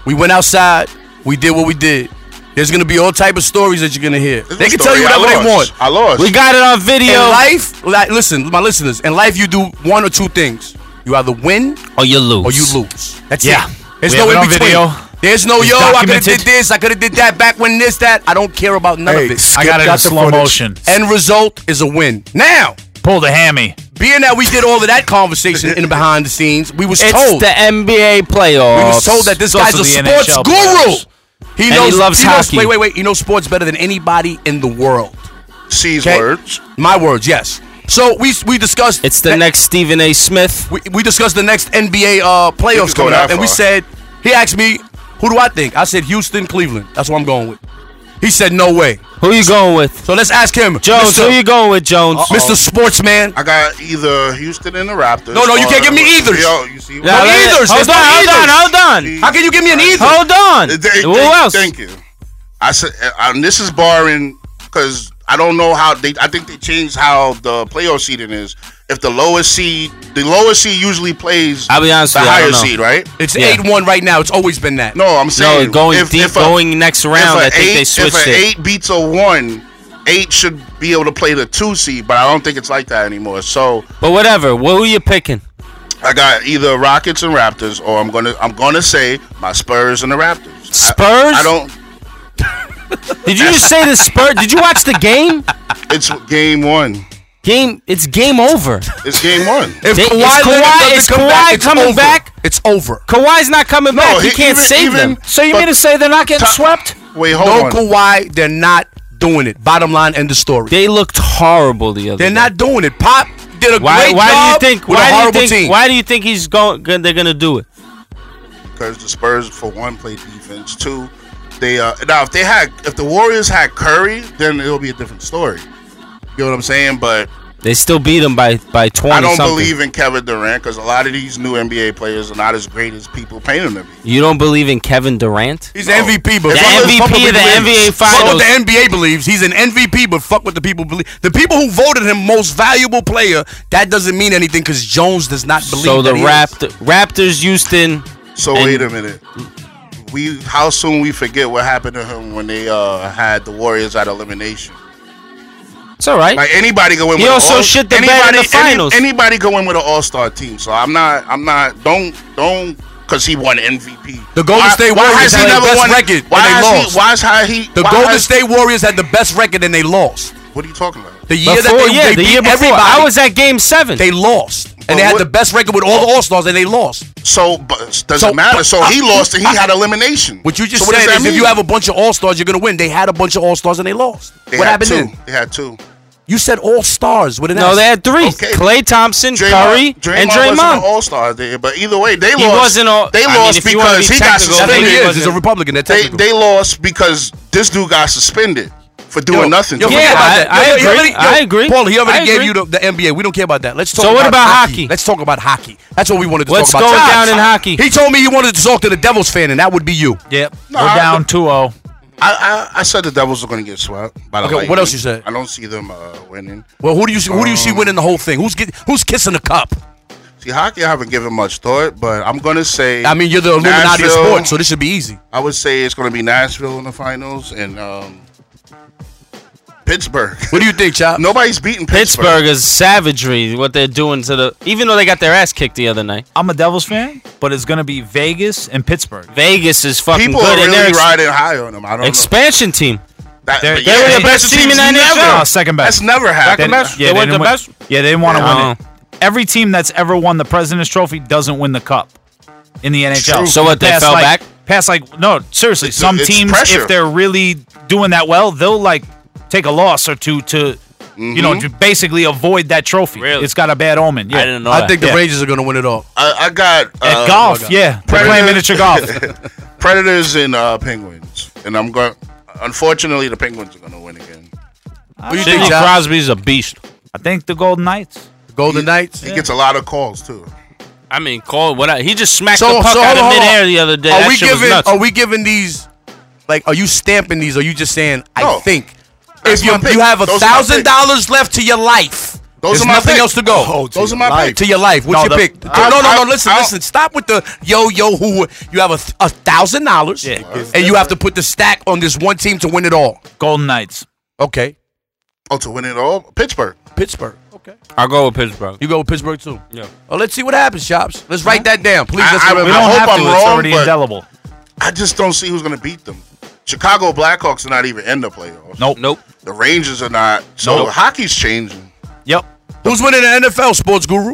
S3: We went outside. We did what we did. There's gonna be all type of stories that you're gonna hear. they can tell you whatever they want.
S5: I lost.
S6: We got it on video.
S3: In life, like, listen, my listeners. In life, you do one or two things. You either win
S6: or you lose.
S3: Or you lose. That's
S6: Yeah.
S3: it. There's
S6: We
S3: no
S6: have it
S3: in
S6: on
S3: between.
S6: video.
S3: There's no
S6: It's
S3: yo. I could have did
S6: documented.
S3: this. I could have did that. Back when this, that. I don't care about none of it.
S4: I got it in slow motion.
S3: End result is a win. Now,
S4: pull the hammy.
S3: Being that we did all of that conversation in the behind the scenes, we was
S6: It's
S3: told
S6: the NBA playoffs.
S3: we was told that this
S6: It's
S3: guy's
S6: also
S3: a
S6: the
S3: sports
S6: NHL
S3: guru.
S6: playoffs. And he loves hockey.
S3: Knows, wait, wait, wait. He knows sports better than anybody in the world.
S5: C's
S3: words. My words, yes. So we we discussed.
S6: It's the next Stephen A. Smith.
S3: We, we discussed the next NBA uh,
S6: You could
S3: playoffs
S6: go
S3: coming
S6: that
S3: up, and we
S6: far.
S3: said he asked me, "Who do I think?" I said Houston, Cleveland. That's what I'm going with. He said, "No way."
S6: Who you going with?
S3: So let's ask him,
S6: Jones,
S3: Mr.
S6: who you going with, Jones? Oh.
S3: Mr. Sportsman.
S5: I got either Houston and the Raptors.
S3: No, no, you
S5: or-
S3: can't give me either.
S5: Yo, you see,
S3: No, either.
S6: Hold on, hold on, hold on.
S3: How can you give me an either?
S6: Hold on. Who else?
S5: Thank you. I said, and this is barring because I don't know how they. I think they changed how the playoff seeding is. If the lowest seed, the lowest seed usually plays.
S6: I'll be honest
S5: the
S6: with you, I
S5: higher
S6: don't know.
S5: seed, right?
S3: It's
S6: Yeah.
S3: eight one right now. It's always been that.
S5: No, I'm saying
S6: No, going
S5: if-
S6: deep,
S5: if a-
S6: going next round.
S5: If a
S6: I think
S5: eight,
S6: they switched
S5: if a
S6: it.
S5: eight beats a one, eight should be able to play the two seed, but I don't think it's like that anymore. So
S6: But whatever. What were you picking?
S5: I got either Rockets and Raptors, or I'm gonna I'm gonna say my Spurs and the Raptors.
S6: Spurs?
S5: I, I don't.
S6: Did you just say the Spurs? Did you watch the game?
S5: It's game one.
S6: Game. It's game over.
S5: It's game one.
S3: If
S6: They-
S3: Kawhi,
S6: is
S3: Leonard
S6: Kawhi-
S3: doesn't
S6: is
S3: come
S6: Kawhi
S3: back, it's
S6: coming
S3: over.
S6: back?
S3: It's over.
S6: Kawhi's not coming back. He
S5: he-
S6: can't
S5: even-
S6: save
S5: even-
S6: them. So you mean to say they're not getting swept?
S5: Wait,
S3: no Kawhi, they're not doing it. Bottom line, end of story.
S6: They looked horrible the other.
S3: They're not doing it. Pop did a
S6: Why?
S3: great
S6: Why
S3: job
S6: do you think?
S3: with
S6: Why
S3: a
S6: do you
S3: horrible
S6: think?
S3: team.
S6: Why do you think he's going? They're gonna do it.
S5: because the Spurs, for one, play defense. Two, they uh, now if they had if the Warriors had Curry, then it'll be a different story. You know what I'm saying? But
S6: They still beat him by by twenty.
S5: I don't
S6: something.
S5: believe in Kevin Durant because a lot of these new NBA players are not as great as people paint them to be.
S6: You don't believe in Kevin Durant?
S3: He's MVP, but
S6: The
S3: fuck what
S6: MVP
S3: fuck what we
S6: of the
S3: believe.
S6: NBA
S3: Fuck what
S6: Finals.
S3: the NBA believes. He's an MVP, but fuck what the people believe. The people who voted him most valuable player, that doesn't mean anything because Jones does not believe.
S6: So the
S3: that he is.
S6: Raptor, Raptors, Houston.
S5: So
S6: and-
S5: wait a minute. We how soon we forget what happened to him when they uh, had the Warriors at elimination.
S6: It's all right.
S5: Like anybody go in.
S6: He
S5: with
S6: also
S5: an all,
S6: shit the bed in
S5: anybody-
S6: the finals.
S5: Any, anybody go in with an All Star team. So I'm not. I'm not. Don't don't because he won MVP.
S3: The Golden
S5: Why-
S3: State
S5: why has
S3: Warriors
S5: he
S3: had the
S5: never
S3: best
S5: won-
S3: record,
S5: Why
S3: and they
S5: has he-
S3: lost.
S5: Why is how he?
S3: The
S5: why
S3: Golden
S5: has-
S3: State Warriors had the best record and they lost.
S5: What are you talking about?
S3: The year
S6: Before,
S3: that they,
S6: yeah,
S3: they
S6: the
S3: beat
S6: year before.
S3: everybody,
S6: I was at Game Seven.
S3: they lost, and they had
S5: what- Oh.
S3: the best record with all the All Stars, and they lost.
S5: So but, does
S3: So,
S5: it matter?
S3: but-
S5: so he
S3: I-
S5: lost and he
S3: I-
S5: had elimination.
S3: What you just
S5: So what does
S3: said
S5: that
S3: is if
S5: mean?
S3: you have a bunch of all stars, you're gonna win. They had a bunch of all stars and they lost.
S5: They
S3: what
S5: had
S3: happened
S5: two.
S3: then?
S5: They had two.
S3: You said all stars with an
S6: no,
S3: S.
S6: they had three:
S5: Okay.
S6: Clay Thompson, Curry, and Draymond.
S5: All Star there, but either way, they
S6: He
S5: lost.
S6: wasn't all-
S5: they
S6: I mean,
S5: lost
S6: if you wanna
S5: because
S6: be
S5: he got
S6: technical, then
S5: suspended.
S3: That's what he is.
S6: wasn't-
S3: He's a Republican. They're
S5: They
S3: technical.
S5: they lost because this dude got suspended for doing nothing.
S3: yo,
S5: to
S3: forget
S5: him.
S3: about
S6: I-
S3: that.
S6: I
S3: Yo, he
S6: agree.
S3: already- yo,
S6: I agree.
S3: Paul, he already
S6: I
S3: gave
S6: agree.
S3: you the, the NBA. We don't care about that. Let's talk.
S6: So what about hockey?
S3: Let's talk about hockey. That's what we wanted to
S6: What's
S3: talk about.
S6: going
S3: Stop.
S6: down in hockey?
S3: He told me he wanted to talk to the Devils fan, and that would be you.
S4: Yep.
S5: No,
S4: We're
S5: I-
S4: down
S6: oh.
S4: 2-0.
S5: I, I I said the Devils are going to get swept. By the
S3: Okay, what
S5: Lightning.
S3: else you said?
S5: I don't see them uh, winning. Um,
S3: Well, who do you see, who do you
S5: Uh,
S3: see winning the whole thing? Who's get, who's kissing the cup?
S5: See, hockey I haven't given much thought, but I'm going to say.
S3: I mean, you're the Illuminati of
S5: Nashville-
S3: sports, so this should be easy.
S5: I would say it's going to be Nashville in the finals and um, Pittsburgh.
S3: What do you think, Chop?
S5: Nobody's beating Pittsburgh.
S6: Pittsburgh is savagery. What they're doing to the, even though they got their ass kicked the other night.
S4: I'm a Devils fan, but it's gonna be Vegas and Pittsburgh.
S6: Vegas is fucking
S5: People
S6: good,
S5: are
S6: and they're
S5: really
S6: ex-
S5: riding high on them. I don't
S6: expansion team.
S5: know. That,
S4: They're-
S5: but
S4: they were the best
S5: expansion
S6: team in
S5: teams
S6: NHL.
S5: never-
S4: Oh, second best.
S5: That's never happened.
S6: best?
S4: Yeah,
S6: They
S4: they,
S6: weren't
S4: didn't
S6: the
S4: win-
S6: best?
S4: Yeah, they didn't want to
S6: Yeah.
S4: win it. Every team that's ever won the President's Trophy doesn't win the cup in the NHL.
S6: So what? They
S4: That's
S6: fell
S4: like-
S6: back.
S4: past like no seriously
S5: It's-
S4: some
S5: it's
S4: teams
S5: pressure.
S4: if they're really doing that well they'll like take a loss or two to you know
S5: Mhm.
S4: to basically avoid that trophy it's got a bad omen yeah
S3: I think the Rangers are going to win it all.
S5: I, I got uh,
S4: At golf, yeah. They're playing miniature
S5: golf. Predators and uh, Penguins, and I'm going. Unfortunately, the Penguins are going to win again.
S4: I don't know.
S6: Crosby's a beast.
S4: I think the Golden Knights.
S3: Golden Knights.
S5: He gets a lot of calls too.
S6: I mean, call what? I, he just smacked
S3: So-
S6: the puck
S3: so
S6: out
S3: hold
S6: of
S3: on, hold on.
S6: midair the other day.
S3: Are
S6: that
S3: we
S6: shit was
S3: giving?
S6: nuts.
S3: Are we giving these? Like, are you stamping these? Or are you just saying? I
S6: No.
S3: think.
S5: That's
S3: if you,
S5: my pick.
S3: you have a
S5: Those are my
S3: thousand dollars left to your life.
S5: Those
S3: There's
S5: are my
S3: nothing
S5: pick.
S3: else to go.
S5: Oh, to Those your are my life. pick.
S3: To your life. What's
S5: No,
S3: your
S5: the-
S3: pick?
S5: I-
S3: no, no,
S5: I-
S3: no. Listen,
S5: I-
S3: listen. Stop with the yo, yo. Who you have a th- a thousand dollars, and you have to put the stack on this one team to win it all.
S4: Golden Knights.
S3: Okay.
S5: Oh, to win it all, Pittsburgh.
S3: Pittsburgh.
S5: Okay.
S6: I'll go with Pittsburgh.
S3: You go with Pittsburgh too.
S6: Yeah.
S3: Well, let's see what happens, Shops. Let's write that down, please.
S5: I-
S3: let's
S5: I-
S3: remember.
S5: we don't have to. It's already
S3: but-
S5: indelible. I just don't see who's going to beat them. Chicago Blackhawks are not even in the playoffs.
S4: Nope. Nope.
S5: The Rangers are not. So
S3: Nope.
S5: hockey's changing.
S4: Yep.
S3: Who's winning the NFL, Sports Guru?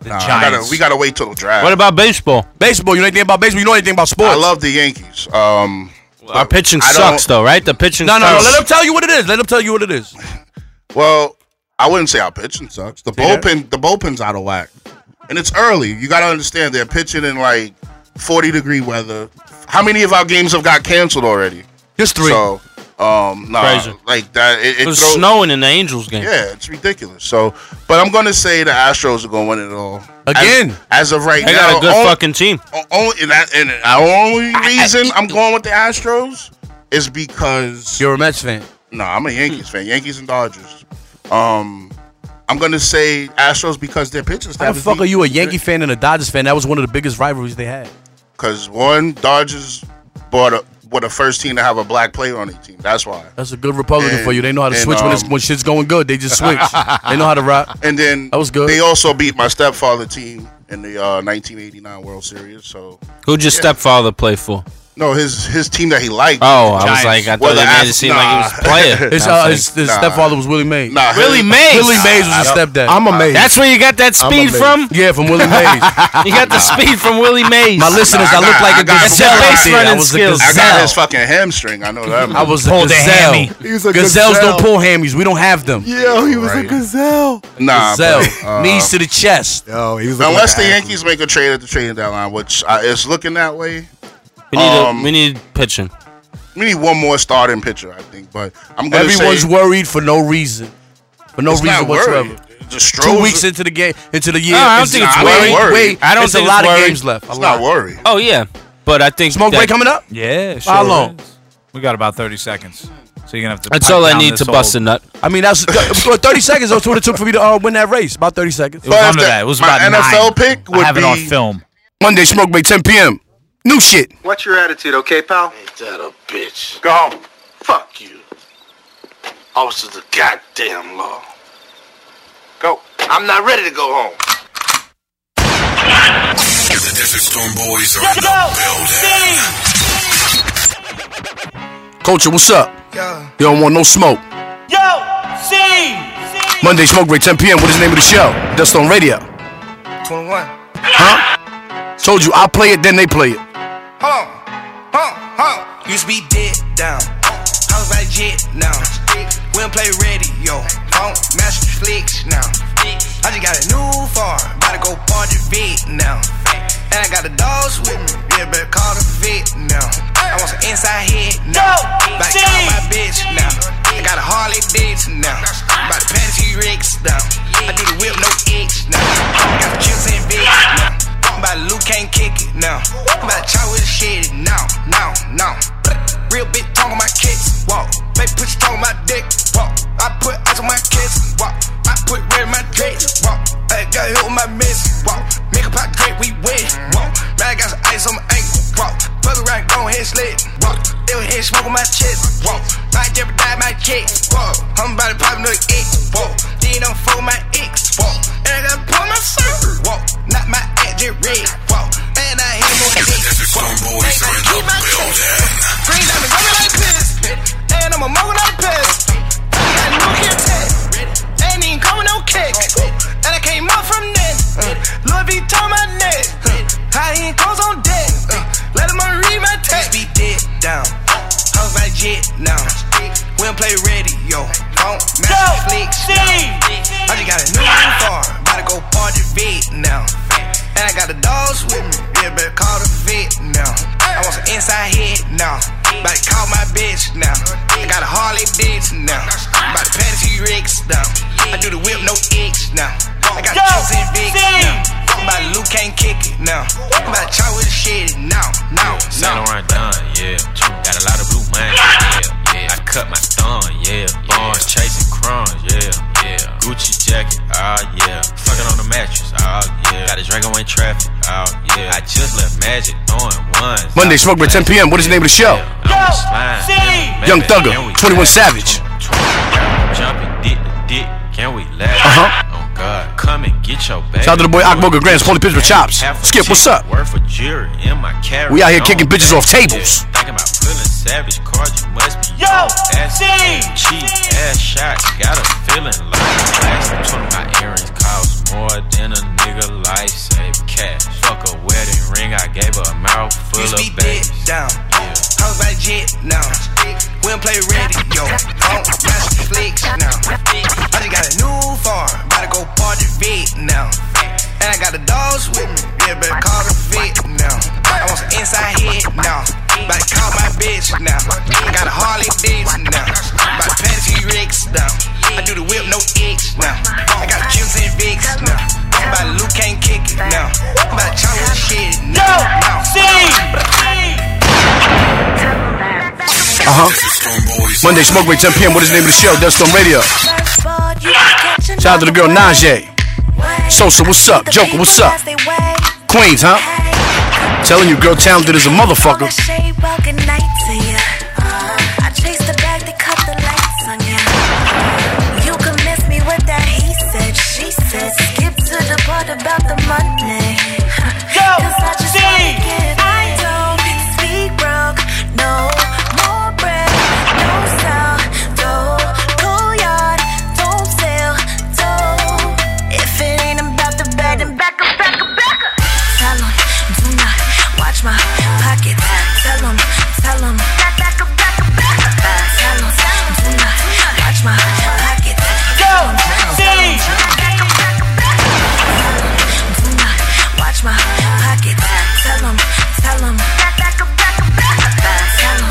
S5: The Gotta, we got to wait till the draft.
S6: What about baseball?
S3: Baseball. You know anything about baseball? You know anything about sports?
S5: I love the Yankees. Um,
S6: Our pitching
S5: I don't-
S6: sucks, though, right? The pitching
S3: No, no, no.
S6: sucks.
S3: Let them tell you what it is. Let them tell you what it is.
S5: Well, I wouldn't say our pitching sucks. The
S3: See that?
S5: bullpen, the bullpen's out of whack, and it's early. You got to understand they're pitching in like forty degree weather. How many of our games have got canceled already?
S3: Just three.
S5: So, um, nah,
S6: Crazy.
S5: like that. It,
S6: It
S5: it
S6: was
S5: throws-
S6: snowing in the Angels game.
S5: Yeah, it's ridiculous. So, but I'm going to say the Astros are going to win it all
S6: Again?
S5: As, as of right
S6: They
S5: now,
S6: got a good
S5: on-
S6: fucking team.
S5: o- Only and, that, and the only reason I, am going with the Astros is because
S3: you're a Mets fan.
S5: No, I'm a Yankees fan. Yankees and Dodgers. Um, I'm gonna say Astros because their pitching
S3: How
S5: staff.
S3: the fuck are you a Yankee fan and a Dodgers fan? That was one of the biggest rivalries they had.
S5: Because one Dodgers bought a, were the first team to have a black player on their team. That's why.
S3: That's a good Republican
S5: And-
S3: for you. They know how to
S5: and,
S3: switch when, it's,
S5: um,
S3: when shit's going good. They just switch. they know how to rock.
S5: And then
S3: That was good.
S5: They also beat my stepfather team in the uh, 1989 World Series. So
S6: Who just stepfather play for?
S5: no, his his team that he liked.
S6: Oh, I was like, I
S5: Well, the
S6: thought they made it
S5: Ast-
S6: seem like he was a
S5: nah.
S6: player.
S3: His,
S6: I was
S3: uh,
S6: like,
S3: his, his
S6: nah.
S3: stepfather was Willie Mays.
S5: Nah,
S6: Willie Mays.
S3: Willie Mays was a
S6: Yep.
S3: stepdad.
S6: I'm amazed. That's where you got
S3: I'm
S6: that speed
S3: amazed.
S6: from?
S3: Yeah, from Willie Mays.
S6: you got the speed from Willie Mays.
S3: My listeners, I look like a
S6: That's your
S3: gazelle.
S6: base
S3: I
S6: running
S3: was a
S6: skills.
S5: I got
S3: gazelle.
S5: his fucking hamstring. I know that.
S3: I was a
S5: Pulled a
S3: gazelle.
S5: Um, hammy. He's a
S3: Gazelles
S5: gazelle.
S3: don't pull hammies. We don't have them.
S5: Yeah, he was a
S7: gazelle.
S5: Nah,
S3: gazelle.
S5: but, uh,
S3: Knees to the chest.
S7: Yo, he was
S5: Unless the Yankees make a trade at the trading deadline, which uh, is looking that way.
S6: We need, a-
S5: Um,
S6: we need pitching.
S5: We need one more starting pitcher, I think. But I'm gonna
S3: Everyone's
S5: say
S3: worried for no reason. For no
S5: It's
S3: reason
S5: not worried.
S3: whatsoever.
S5: The
S3: Two
S5: Strohs-
S3: weeks into the game, into the year.
S6: No, I don't think it's
S3: Wait,
S6: worry. Worry. I don't
S3: it's
S6: think
S3: a lot
S6: it's
S3: of
S6: worry.
S3: games left.
S6: It's not
S5: worry.
S6: Oh, yeah. But I think.
S3: Smoke
S6: that-
S3: break coming up?
S4: Yeah, sure.
S3: How long?
S4: is. We got about 30 seconds. So you're going to have to.
S6: That's
S4: pipe
S6: all I
S4: down
S6: need
S4: this
S6: to bust a
S4: whole-
S6: nut.
S3: I mean, that's well, 30 seconds. That's what it took for me to uh, win that race. About 30 seconds.
S4: It was under that. It was about nine. I have it on film.
S3: Monday smoke break, 10 p.m. New shit.
S16: What's your attitude, okay, pal? Ain't that a bitch? Go home. Fuck you. Officer of the goddamn law. Go. I'm not ready to go home.
S17: The Desert Storm Boys are in the building.
S3: Culture, what's up? You don't want no smoke.
S18: Yo, see.
S3: Monday smoke break, 10 p.m. What is the name of the show? Dust on Radio.
S18: 21.
S3: Told you, I play it, then they play it.
S18: Huh, huh, huh. Used to be dead down. I was like jet now. We don't play radio. Don't match the flicks now. I just got a new farm. About to go party vet now. And I got the dogs with me. Yeah, better call the vet now. I want some inside head now. About to call my bitch now. I got a Harley Davidson now. About to pass you Rex now. I do the whip, no itch now. I got chips and bitch now. About to Luke can't kick it now. About to chop with the shit now, now, now. Real big tongue on my kicks, walk. Baby, put your tongue on my dick, walk. I put ice on my kiss, walk. I put red in my dress, walk. I got hit with my miss, walk. Make a pot great, we win, walk. Now I got some ice on my ankle, walk. Fuck around, go ahead, slit, walk. They was here smoking my chest, walk. I never died my chick, walk. I'm about to pop another it, walk. Then I'm for my ex, walk. And I got pull my server, walk. Not my act, just red, walk. And I hit more dick, walk. Ain't gonna keep my chest. Green diamond, go like this. And I'm a mogul like this. I got new kid test. Ain't even coming no kick. And I came up from this. Louis Vuitton my neck. High end clothes on deck. Let him rich Wouldn't play radio. Don't match flicks now. I just got a new farm. About to go party big now. And I got the dogs with me. Yeah, better call the vet now. I want some inside hit now. About to call my bitch now. I got a Harley Davidson now. About to pat a few rigs now. I do the whip, no X now. I got chips and Vicks now. I'm about to Luke can't kick it now. I'm about to try with the shit now, now, now.
S19: Saint Laurent done, yeah. Got a lot of blue man, yeah, yeah. I cut my thumb, yeah. Barnes chasing crumbs, yeah, yeah. Gucci jacket, ah yeah. Fucking on the mattress, ah yeah. Got a Drago in traffic, ah yeah. I just left Magic on one.
S3: Monday, Smoke by 10 p.m. What is the name of the show? Young Thugger, 21 Savage.
S19: Jumping dick to dick, can we laugh? Uh huh. Oh God, come and get your bag.
S3: Uh-huh. Shout out to the boy Akboga Grants, Holy Pittsburgh Chops.
S19: Half a
S3: Skip, what's
S19: chick
S3: up?
S19: Worth a jury in my carry.
S3: We out here
S19: on
S3: kicking bitches
S19: that
S3: off
S19: shit.
S3: tables.
S19: Thinking about pulling savage cards, you must be yo ass cheap ass shot. Got a feeling like plastic. One of my earrings cost more than a nigga life save cash. Fuck a wedding ring, I gave her a mouth full
S18: Used to
S19: of
S18: be
S19: babies.
S18: dick down. I was like jet now. We don't play radio. Don't match flicks now. I just got a new farm. About to go party big now. And I got the dogs with me. Yeah, better call the vet now. I want some inside hit now. About to call my bitch now. I got a Harley Davidson now. About to pat a few rigs now. I do the whip, no X now. I got chips and Vicks now. I'm about to Luke can't kick it now. I'm about to chop with the shit now. now.
S3: Uh huh. Monday, Smoke by 10 p.m. What is the name of the show? Dust on Radio. Shout out to the girl Najee. Sosa, what's up? Joker, what's up? Queens, huh? Telling you, girl, talented as a motherfucker.
S20: Shade, well, good night to ya. I chase the bag that cut the lights on ya. You can miss me with that he said, she said. Skip to the part about the money. Yo, I just wanna get I don't speak broke, no more bread, no sell, don't pull yard, don't sell, don't. If it ain't about the bag, then back up, back up, back up. Tell 'em, do not watch my pockets. Tell 'em, tell 'em. Back, back up, back up, back up. Tell 'em, do not watch my pockets. Go, see. Back up, back up, back up. Tell 'em, do not watch my pockets. Tell 'em, tell 'em. Back, back up, back up, back up. Tell 'em,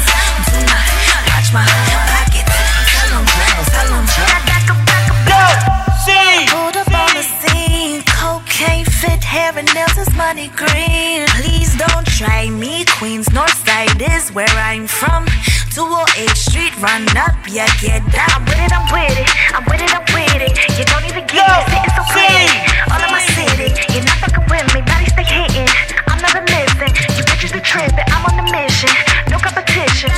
S20: do not watch my pockets. Tell 'em, tell 'em. Back, back up, back up, back up. Pulled up on the scene, cocaine fit, hair and nails is money green. Please don't try me, Queens Northside is where I'm from. 208 Street, run up, yeah, get down. I'm with it, I'm with it, I'm with it, I'm with it. You don't even get it, it's so pretty. All of my city, you're not fucking with me, body stay hitting. I'm never missing, you bitches be tripping, I'm on the mission, no competition.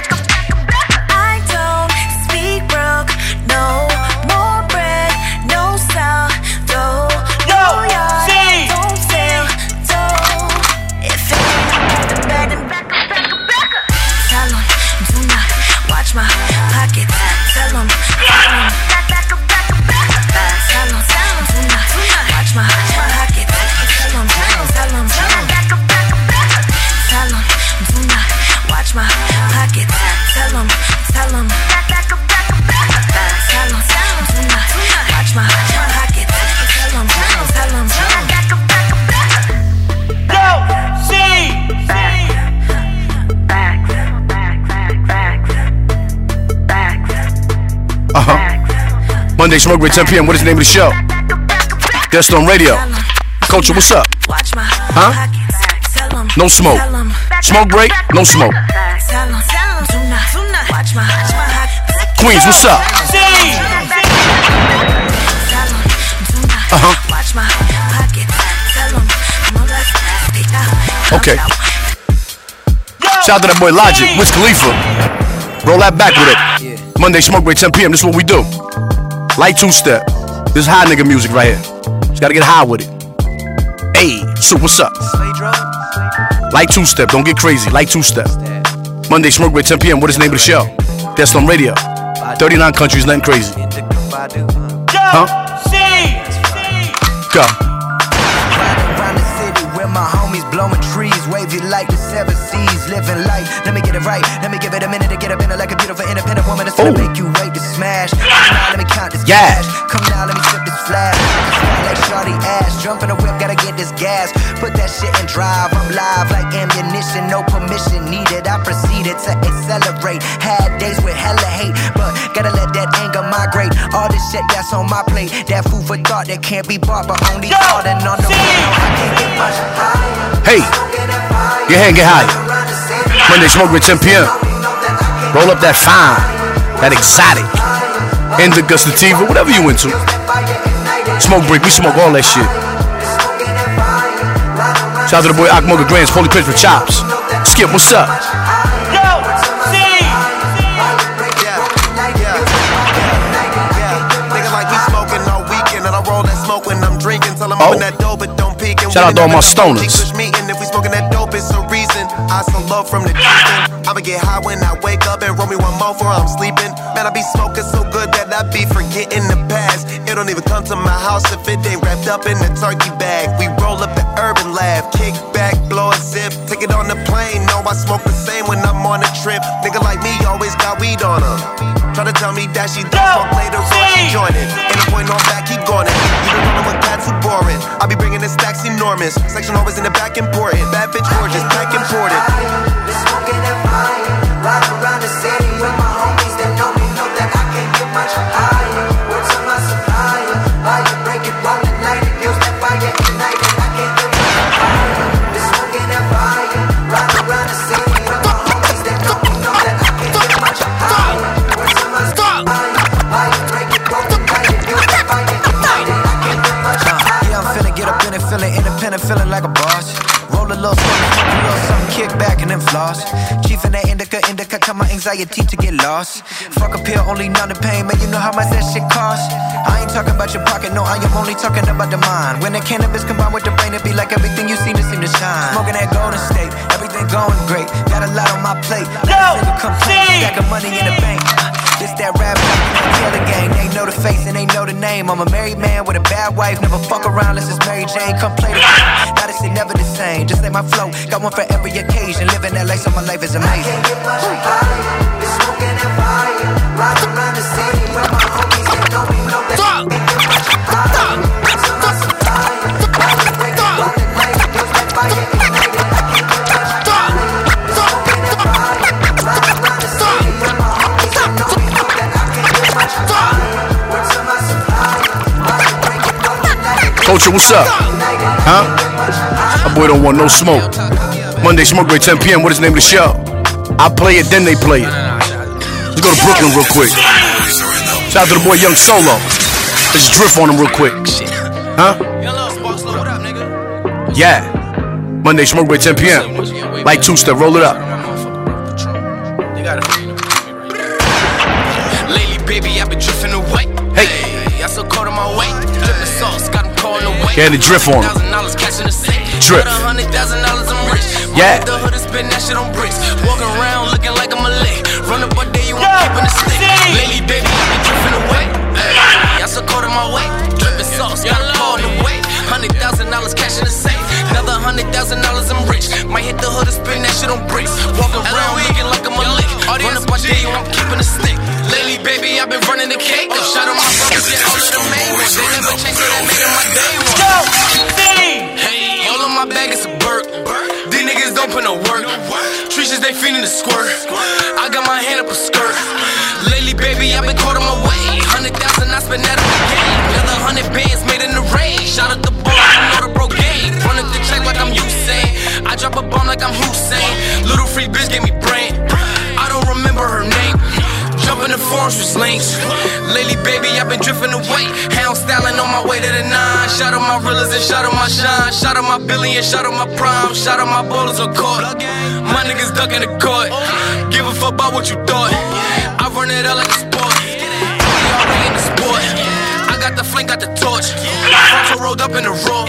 S20: I don't speak broke, no more bread, no sell, dough, no yard, don't sell, dough. If it ain't the bed and back up, back up, back up. Tell 'em, do not watch my pockets. Tell 'em, tell 'em. Back, back up, back up, back up. Tell 'em, tell 'em, do not watch my pockets. Tell 'em, tell 'em, tell 'em. Back up, back up, back up. Tell 'em, do not watch my pockets. Tell 'em, tell 'em. Back, back up, back up, back up. Tell 'em, tell 'em, do not watch my pockets. Tell 'em, tell 'em, tell 'em. Back up, back up, back up. Go, see, back, back, back, back, back, back.
S3: Uh huh. Uh-huh. Monday, Smoke by 10 p.m. What is the name of the show? Dust on Radio. Culture, what's up?
S20: Watch my
S3: Huh? No smoke. Smoke break, no smoke. Queens, what's up? Uh huh. Okay. Shout out to that boy Logic, Wiz Khalifa. Roll that back with it. Monday, smoke break, 10 p.m. This is what we do. Light two step. This is high nigga music right here. Just gotta get high with it. Hey, so what's up? Light two step. Don't get crazy. Light two step. Monday, smoke break, 10 p.m. What is the name of the show? That's on radio. 39 countries, nothing crazy. Huh? Go. 그러니까.
S18: Around the city where my homies blowing trees, waving
S21: you like the seven seas, living life. Let me get it right. Let me give it a minute to get up in it like a beautiful independent woman. It's gonna make you wait to smash. Come now, let me count this
S3: Yeah.
S21: cash. Come now, let me flip this flash. Like shawty ass, jump in the whip, gotta get this gas. Put that shit in drive. I'm live like ammunition, no permission needed. I proceeded to accelerate. Had days with hella hate, but gotta let that anger migrate. All this shit that's on my plate, that food for thought that can't be bought, but only thought and on the I can't get much higher.
S3: Hey, get ahead and get high. Monday smoke with 10 p.m. Roll up that fine, that exotic, indica, sativa, whatever you into. Smoke break, we smoke all that shit. Shout out to the boy Akmoga Grants, Holy Pitch with Chops. Skip, what's up?
S21: Oh.
S3: Shout out to all my stoners.
S18: I'ma get high when I wake up and roll me one more for I'm sleeping. Man, I be smoking so good that I be forgetting the past. It don't even come to my house if it ain't wrapped up in a turkey bag. We roll up the urban lab, kick back, blow a zip, take it on the plane. No, I smoke the same when I'm on a trip. Nigga like me always got weed on him. Try to tell me that she don't smoke later on, she join it. And the point on back, keep going it. You don't know what cats who boring. I be bringing the stacks enormous. Section always in the back important. Bad bitch gorgeous, pack imported.
S21: Yeah, I'm finna get up in it, feeling independent, feeling like a boss. Roll a little something, smoke a little something, kick back and then floss. Chief in that indica, indica, cut my anxiety to get lost. Fuck a pill, only numb the pain, man, you know how much that shit cost. I ain't talking about your pocket, no, I am only talking about the mind. When the cannabis combined with the brain, it be like everything you seen to seem to shine. Smoking that golden state, everything going great. Got a lot on my plate, no, complaint, stack of money in the bank. This that rap, killer gang. They know the face and they know the name. I'm a married man with a bad wife. Never fuck around unless it's Mary Jane. Come play the game. Now this shit never the same. Just like my flow, got one for every occasion. Living that life, so my life is amazing.
S3: Culture, what's up? Huh? My boy don't want no smoke. Monday smoke break 10 p.m. What is the name of the show? I play it, then they play it. Let's go to Brooklyn real quick. Shout out to the boy Young Solo. Let's drift on him real quick. Huh? Yeah. Monday smoke break 10 p.m. Like two step, roll it up.
S15: Lately, baby, I've been drifting away. Hey, I so cold on my weight. Dripping sauce, got 'em calling away.
S3: Get in the drift on 'em.
S15: dollars cash in the safe.
S3: Drip.
S15: With a hundred thousand dollars, I'm rich. Run
S3: Yeah.
S15: up The hood and spend that shit on bricks. Walking around looking like I'm a lick. Run up all day, you want keeping the stick. Lately, baby, I've been drifting away. Ay, I so cold on my weight. Dripping sauce, got 'em calling away. Hundred thousand dollars cash in the safe. Another hundred thousand dollars, I'm rich. Might hit the hood and spend that shit on bricks. Walking around looking like I'm a lick. Run up all day, you want keeping the stick. Lately, baby, I've been running the cake. Shot on my brothers, yeah, all of them main ones. They never changed, so that made them my day one. Hey, all of my bag is a burp. These niggas don't put no work. Treaches, they feeding the squirt. I got my hand up a skirt. Lately, baby, I've been caught on my way. Hundred thousand, I spent that on the game. Another hundred bands made in the rain. Shot at the ball, I know the bro game. Run up the check like I'm Usain. I drop a bomb like I'm Hussein. Little free bitch gave me brain. I don't remember her name. Jumping the forms with links. Lately, baby, I've been drifting away. Hound styling on my way to the nine. Shot on my reelers and shot on my shine. Shot on my billion, shot on my prime. Shot on my bowlers on court. My niggas ducking the court. Give a fuck about what you thought. I run it out like a sport. We already in the sport. I got the flame, got the torch. Fronto rolled up in the raw.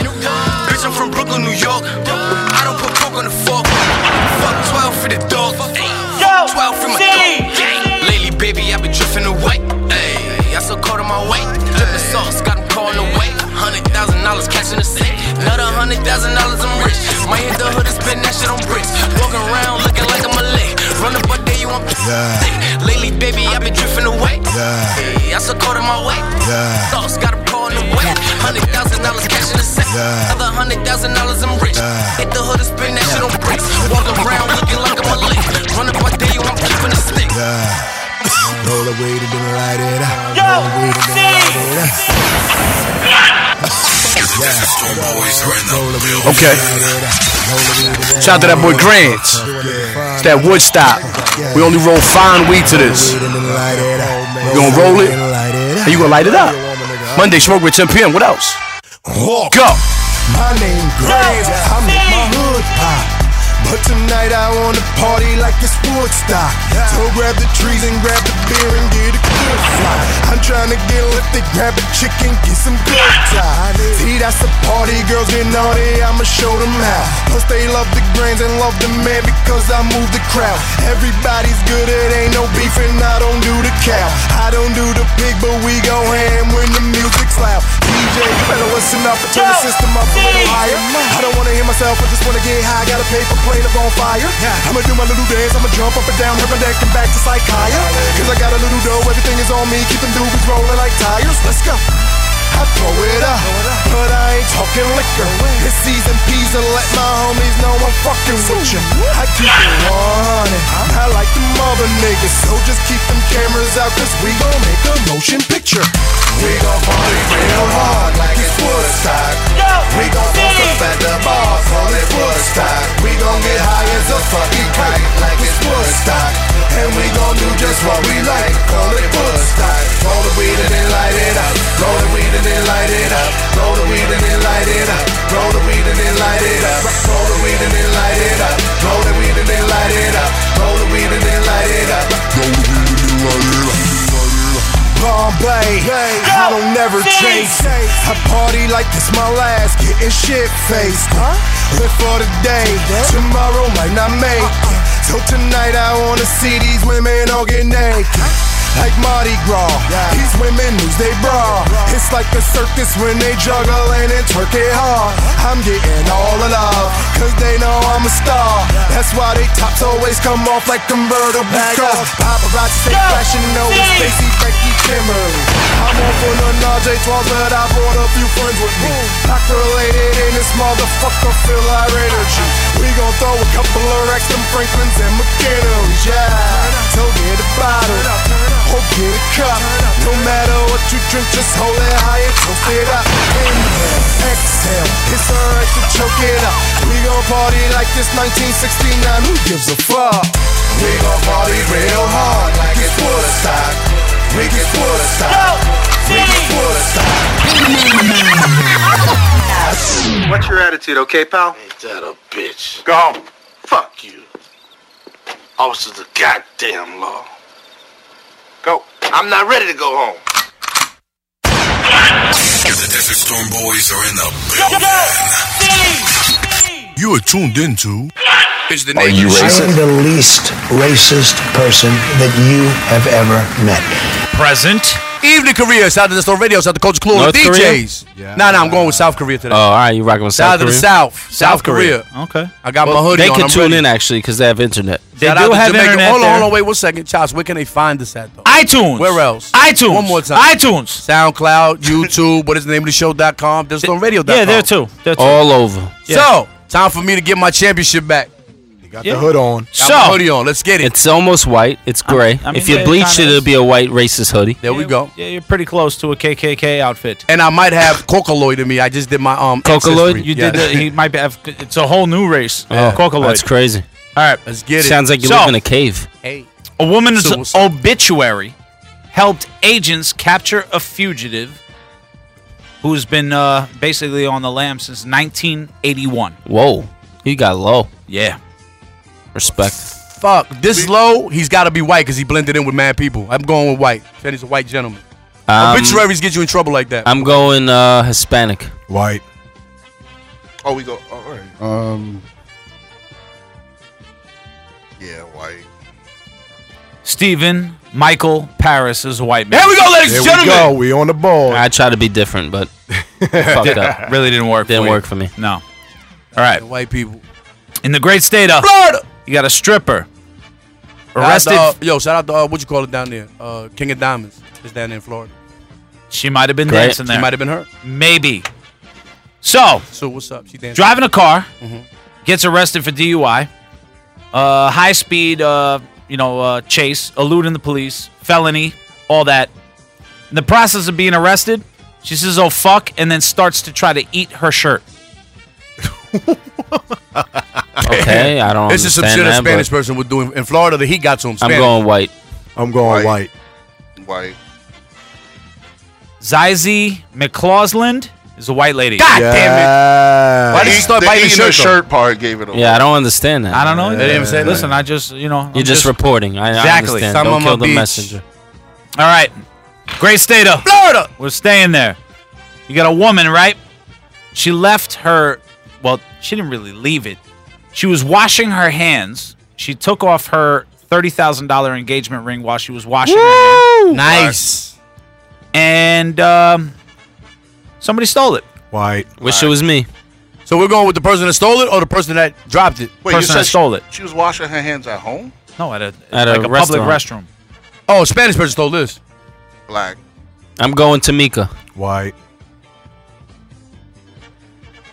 S15: Bitch, I'm from Brooklyn, New York. I don't put coke on the fork. Fuck 12 for the dog. Yo, 12 for my dog. Yeah. Lately, baby, I've been drifting away. Ayy, I so cold on my weight. Drippin' sauce, got 'em calling away. Hundred thousand dollars cash in the safe. Another hundred thousand dollars, I'm rich. Might hit the hood and spend that shit to them bricks. Walking around looking like I'm a lick. Run up a day, you want yeah. Lately, baby, I've been drifting away. Yeah. I so cold in my way. Yeah. Thoughts got a pro in the way. Hundred thousand dollars cash in the sack. Another hundred thousand dollars I'm rich. Hit the hood and spin that shit on bricks. Walk around looking like I'm a lick. Run up a day, you want keeping the stick.
S1: Roll away to then light it up. Yo, Roll away to then light it up.
S3: Okay. Shout out to that boy Grants. It's that Woodstock. We only roll fine weed to this. You gonna roll it, and you gonna light it up. Monday, smoke with 10 p.m. What else? Go.
S1: My name Grave, I'm with my hood pop. But tonight I wanna party like it's Woodstock. So grab the trees and grab the beer and get a good fly. I'm trying to get lifted, grab a chicken, get some good time. See, that's a party, girls get naughty, I'ma show them how. Plus they love the grains and love the man because I move the crowd. Everybody's good, it ain't no beef and I don't do the cow. I don't do the pig, but we go ham when the music's loud. DJ, you better listen up and turn the system up a little higher. I don't wanna hear myself, I just wanna get high. Gotta pay for plane up on fire. I'ma do my little dance, I'ma jump up and down, hip and neck and back to psychia. Cause I got a little dough, everything is on me, keeping doobies rolling like tires. Let's go. I throw it up, but I ain't talking liquor. It's C's and P's and let my homies know I'm fucking with ya. I keep it running. I like them other niggas, so just keep them cameras out, cause we gon' make a motion picture. We gon' party real hard like it's Woodstock. We gon' bust up at the bar, call it Woodstock. We gon' get high as a fucking kite like it's Woodstock. And we gon' do just what we like, call it Woodstock. Roll the weed and then light it up. Roll the weed and then light it up. Roll the weed and then light it up. Roll the weed and then light it up. Roll the weed and then light it up. Roll the weed and then light it up. Roll the weed and then light it up. Roll the weed and then light it up. Bombay. I don't never chase. I party like this my last, getting shit faced. Live for the day, tomorrow might not make it. So tonight I wanna see these women all get naked. Like Mardi Gras, these women lose they bra. It's like a circus when they juggle and they twerk it hard. I'm getting all the love, cause they know I'm a star. That's why they tops always come off like convertible cars. Paparazzi stay flashing, no, it's Stacey Becky Kimberly. I'm on for none RJ12, but I brought a few friends with me. Pack related in this motherfucker, feel our energy. We gon' throw a couple of racks, them Franklins and McKinnons, yeah. So get a bottle, or get a cup. No matter what you drink, just hold it high and toast it up. Inhale, exhale, it's alright to choke it up. We gon' party like it's 1969, who gives a fuck? We gon' party real hard like it's Woodstock. We get Woodstock. We get Woodstock.
S16: What's your attitude, okay, pal?
S1: Ain't that a bitch?
S16: Go home. Fuck you. Officers of the goddamn law. Go. I'm not ready to go home.
S17: The Desert Storm Boys are in the building.
S3: You are tuned into. Is the
S22: Are
S3: name
S22: you
S3: of the
S22: I
S3: show.
S22: am the least racist person that you have ever met.
S4: Present.
S3: Evening Korea, South of the Storm Radio, South of Culture Club,
S6: North Korea?
S3: DJs. Nah, nah, I'm going with South Korea
S6: Oh,
S3: today.
S6: all right. You rocking with
S3: South
S6: South
S3: of the
S6: Korea?
S3: South. South Korea.
S4: Okay.
S3: I got
S6: Well,
S3: my hoodie
S6: They
S3: on.
S6: can
S3: I'm
S6: tune
S3: ready.
S6: in actually because they have internet.
S3: Shout out to Jamaica. Hold on, hold on, wait one second. Charles, where can they find us at, though?
S4: iTunes.
S3: Where else?
S4: iTunes.
S3: One more time.
S4: iTunes.
S3: SoundCloud, YouTube, what is the name of the show.com, there's no radio.com.
S4: Yeah, there too. There too.
S6: All over.
S3: So, time for me to get my championship back.
S6: Got the hood on.
S3: Got my hoodie on. Let's get it.
S6: It's almost white. It's gray.
S4: I mean,
S6: if you
S4: yeah,
S6: bleach it,
S4: kinda
S6: it'll be a white racist hoodie.
S3: There we go.
S4: Yeah, you're pretty close to a KKK outfit.
S3: And I might have Cocaloid in me. I just did my um.
S6: Cocaloid?
S3: ancestry.
S4: You
S3: Yeah.
S4: did. The, he might have. It's a whole new race.
S6: Oh,
S4: Cocaloid.
S6: that's crazy.
S4: All right,
S3: let's
S6: get it. Sounds like you live in a cave.
S3: Hey,
S4: a woman's obituary helped agents capture a fugitive who's been uh, basically on the lam since 1981.
S6: Whoa, he got low.
S4: Yeah.
S6: Respect.
S3: Fuck this low. He's got to be white because he blended in with mad people. I'm going with white. Said he's a white gentleman.
S6: Um,
S3: Obituaries get you in trouble like that.
S6: I'm going uh, Hispanic.
S7: White.
S5: Oh, we go. Oh, all right.
S7: Um,
S5: Yeah, white.
S4: Stephen Michael Paris is a white man.
S6: Oh,
S7: There We go. We on the ball.
S6: I try to be different, but fucked up.
S4: Really didn't work.
S6: Didn't
S4: for you.
S6: work for me.
S4: No. All right.
S3: white people.
S4: in the great state of Florida. You got a stripper arrested.
S3: Shout out to, uh, yo, shout out to uh, what you call it down there, uh, King of Diamonds. Is down there in Florida.
S4: She might have been
S3: Great.
S4: dancing
S3: She
S4: there.
S3: might have been her.
S4: Maybe. So,
S3: So what's up? She dancing.
S4: driving a car,
S3: Mhm.
S4: gets arrested for DUI, uh, high speed, uh, you know, uh, chase, eluding the police, felony, all that. In the process of being arrested, she says, "Oh fuck," and then starts to try to eat her shirt.
S6: Okay, I don't
S3: This is some shit
S6: understand
S3: a
S6: that, but-
S3: Spanish person would do in, in Florida. That he got to him.
S6: I'm
S3: Spanish.
S6: going white.
S3: I'm going white.
S5: White.
S4: Zizi McClausland is a white lady.
S3: God damn
S5: Why did you start biting
S4: shirt,
S5: the shirt part? Gave it away.
S6: Yeah, I don't understand that.
S4: I don't know.
S6: Yeah.
S4: They didn't say Listen, I just, you know. I'm
S6: You're just, reporting. I,
S4: exactly.
S6: I understand. don't kill the messenger.
S4: All right. Great state of Florida. We're staying there. You got a woman, right? She left her. Well, she didn't really leave it. She was washing her hands. She took off her $30,000 engagement ring while she was washing her hands.
S3: Nice.
S4: And um, somebody stole it.
S3: White.
S6: Wish it was me.
S3: So we're going with the person that stole it or the person that dropped it.
S5: Wait, you
S3: person
S5: said
S3: that stole it.
S5: She was washing her hands at home.
S4: No, Oh, at a,
S6: At a
S4: like a public restroom.
S6: restaurant.
S3: Oh, Spanish person stole this.
S5: Black.
S6: I'm going Tamika.
S7: White.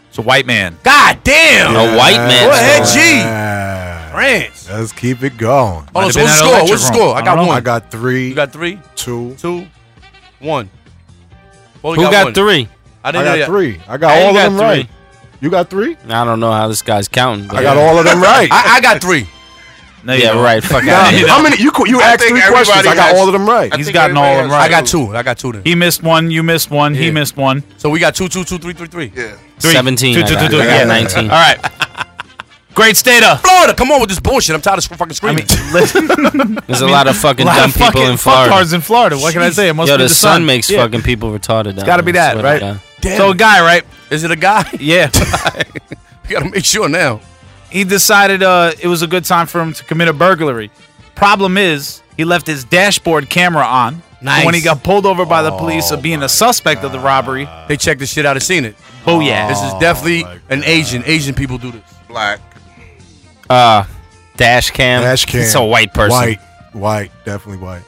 S4: It's a white man. God damn.
S6: A white man.
S3: Go ahead,
S6: stole it.
S3: G. France.
S7: Let's keep it going.
S3: Oh, so what's the score? What's the score? I got one.
S7: I got three. You
S3: got three?
S7: Two.
S3: Two. One. Well,
S6: Who got
S3: one.
S6: three?
S3: I didn't
S7: I
S3: know
S7: got
S3: that.
S7: three. I got
S6: I ain't
S7: all of
S6: got
S7: them
S6: three.
S7: right. You got three?
S6: I don't know how this guy's counting.
S7: I got all of them right.
S3: I, I got three.
S4: No,
S6: yeah, right. Fuck out
S7: Nah, how many? You co- you
S5: I
S7: asked
S5: think
S7: three questions. I
S5: everybody
S7: got
S5: has-
S7: all of them right.
S4: He's gotten all of them right.
S3: I got two. I got two then.
S4: He missed one. You missed one. He
S3: Yeah.
S4: missed one.
S3: So we got two, two, two, three, three, three. Yeah.
S4: Three.
S6: 17.
S4: Two,
S6: I
S4: two,
S6: got.
S4: two,
S6: I
S4: two.
S6: got
S4: Yeah.
S6: 19.
S4: All right. Great state of
S3: Florida, come on with this bullshit. I'm tired of fucking screaming.
S6: There's a lot of fucking
S4: lot
S6: dumb
S4: of fucking
S6: people in
S4: fuckhards
S6: Florida.
S4: in Florida. What can I say? It must
S6: Yo,
S4: be
S6: the,
S4: the
S6: sun,
S4: sun.
S6: makes
S4: Yeah.
S6: fucking people retarded.
S4: It's got to be that, right? So a guy, right?
S3: Is it a guy?
S4: Yeah.
S3: We gotta make sure now.
S4: he decided uh, it was a good time for him to commit a burglary. Problem is, he left his dashboard camera on.
S3: Nice.
S4: When he got pulled over by
S3: Oh
S4: the police of being a suspect of the robbery.
S3: They checked the shit out and seen it.
S4: Oh, yeah.
S3: This is
S7: Oh,
S3: definitely an Asian. Asian people do this.
S5: Black.
S6: Uh, dash cam.
S7: Dash cam.
S6: It's a white person.
S7: White. White. Definitely white.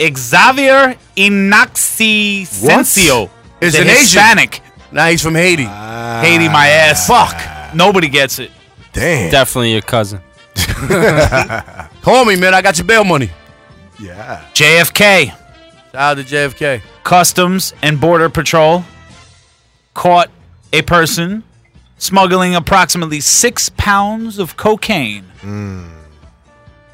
S4: Xavier Inaxisencio
S3: Is
S4: the
S3: an Asian.
S4: Hispanic. Ah.
S3: Now he's from Haiti.
S4: Haiti, my ass. Fuck. Nobody gets it.
S7: Damn.
S6: Definitely your cousin.
S3: Call me, man. I got your bail money.
S7: Yeah.
S4: JFK,
S3: Shout out to JFK.
S4: Customs and Border Patrol caught a person smuggling approximately six pounds of cocaine
S3: Hmm.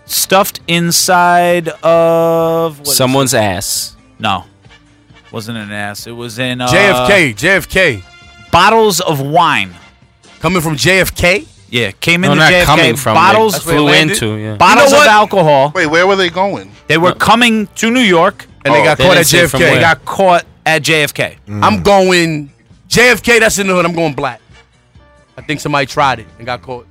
S4: stuffed inside of what is
S6: Someone's ass.
S4: it? no, wasn't an ass. It was in uh,
S3: JFK. JFK.
S4: bottles of wine.
S3: Coming from JFK?
S4: Yeah, came
S6: No,
S4: into
S6: not
S4: JFK.
S6: coming from. like,
S4: bottles
S3: That's where it
S6: flew
S3: landed?
S6: into. Yeah.
S4: bottles
S3: You know
S4: of
S3: what?
S4: alcohol.
S5: Wait, where were they going?
S4: They were coming to New York
S3: And they
S5: Oh,
S3: got
S6: they
S3: caught
S6: didn't
S3: at
S6: say from
S3: JFK.
S6: where.
S3: Got-
S4: got caught at JFK.
S3: Mm. I'm going JFK. That's in the hood. I'm going black. I think somebody tried it and got caught.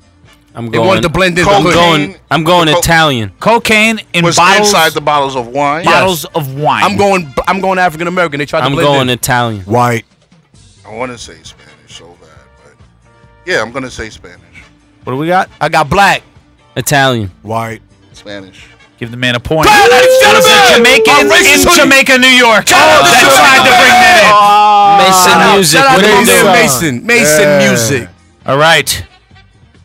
S6: I'm
S3: They
S6: going.
S3: wanted to blend in. the
S5: Coke
S3: hood.
S5: going-
S6: I'm going
S5: Co-
S6: Italian.
S4: Cocaine in
S5: was
S4: bottles,
S5: inside the bottles of wine.
S3: Yeah.
S4: bottles of wine.
S3: I'm going. I'm going African American. They tried to
S6: I'm
S3: blend
S6: going
S3: in.
S6: Italian.
S7: White.
S5: I want to say Spanish so bad, but yeah, I'm gonna say Spanish.
S4: What do we got?
S3: I got black.
S6: Italian.
S7: White.
S5: Spanish.
S4: Give the man a point.
S3: Bad, ladies and
S4: Is it
S3: gentlemen!
S4: Jamaican
S3: My race
S4: in
S3: is hoodie.
S4: Jamaica, New York.
S3: out to
S4: that
S3: Jamaica.
S4: tried to bring that
S6: Mason
S3: Shout out-
S6: music.
S3: shout out
S6: What
S3: to
S6: do
S3: my
S6: you
S3: man
S6: do?
S3: Mason. Mason
S7: Yeah.
S3: music.
S4: in. All right.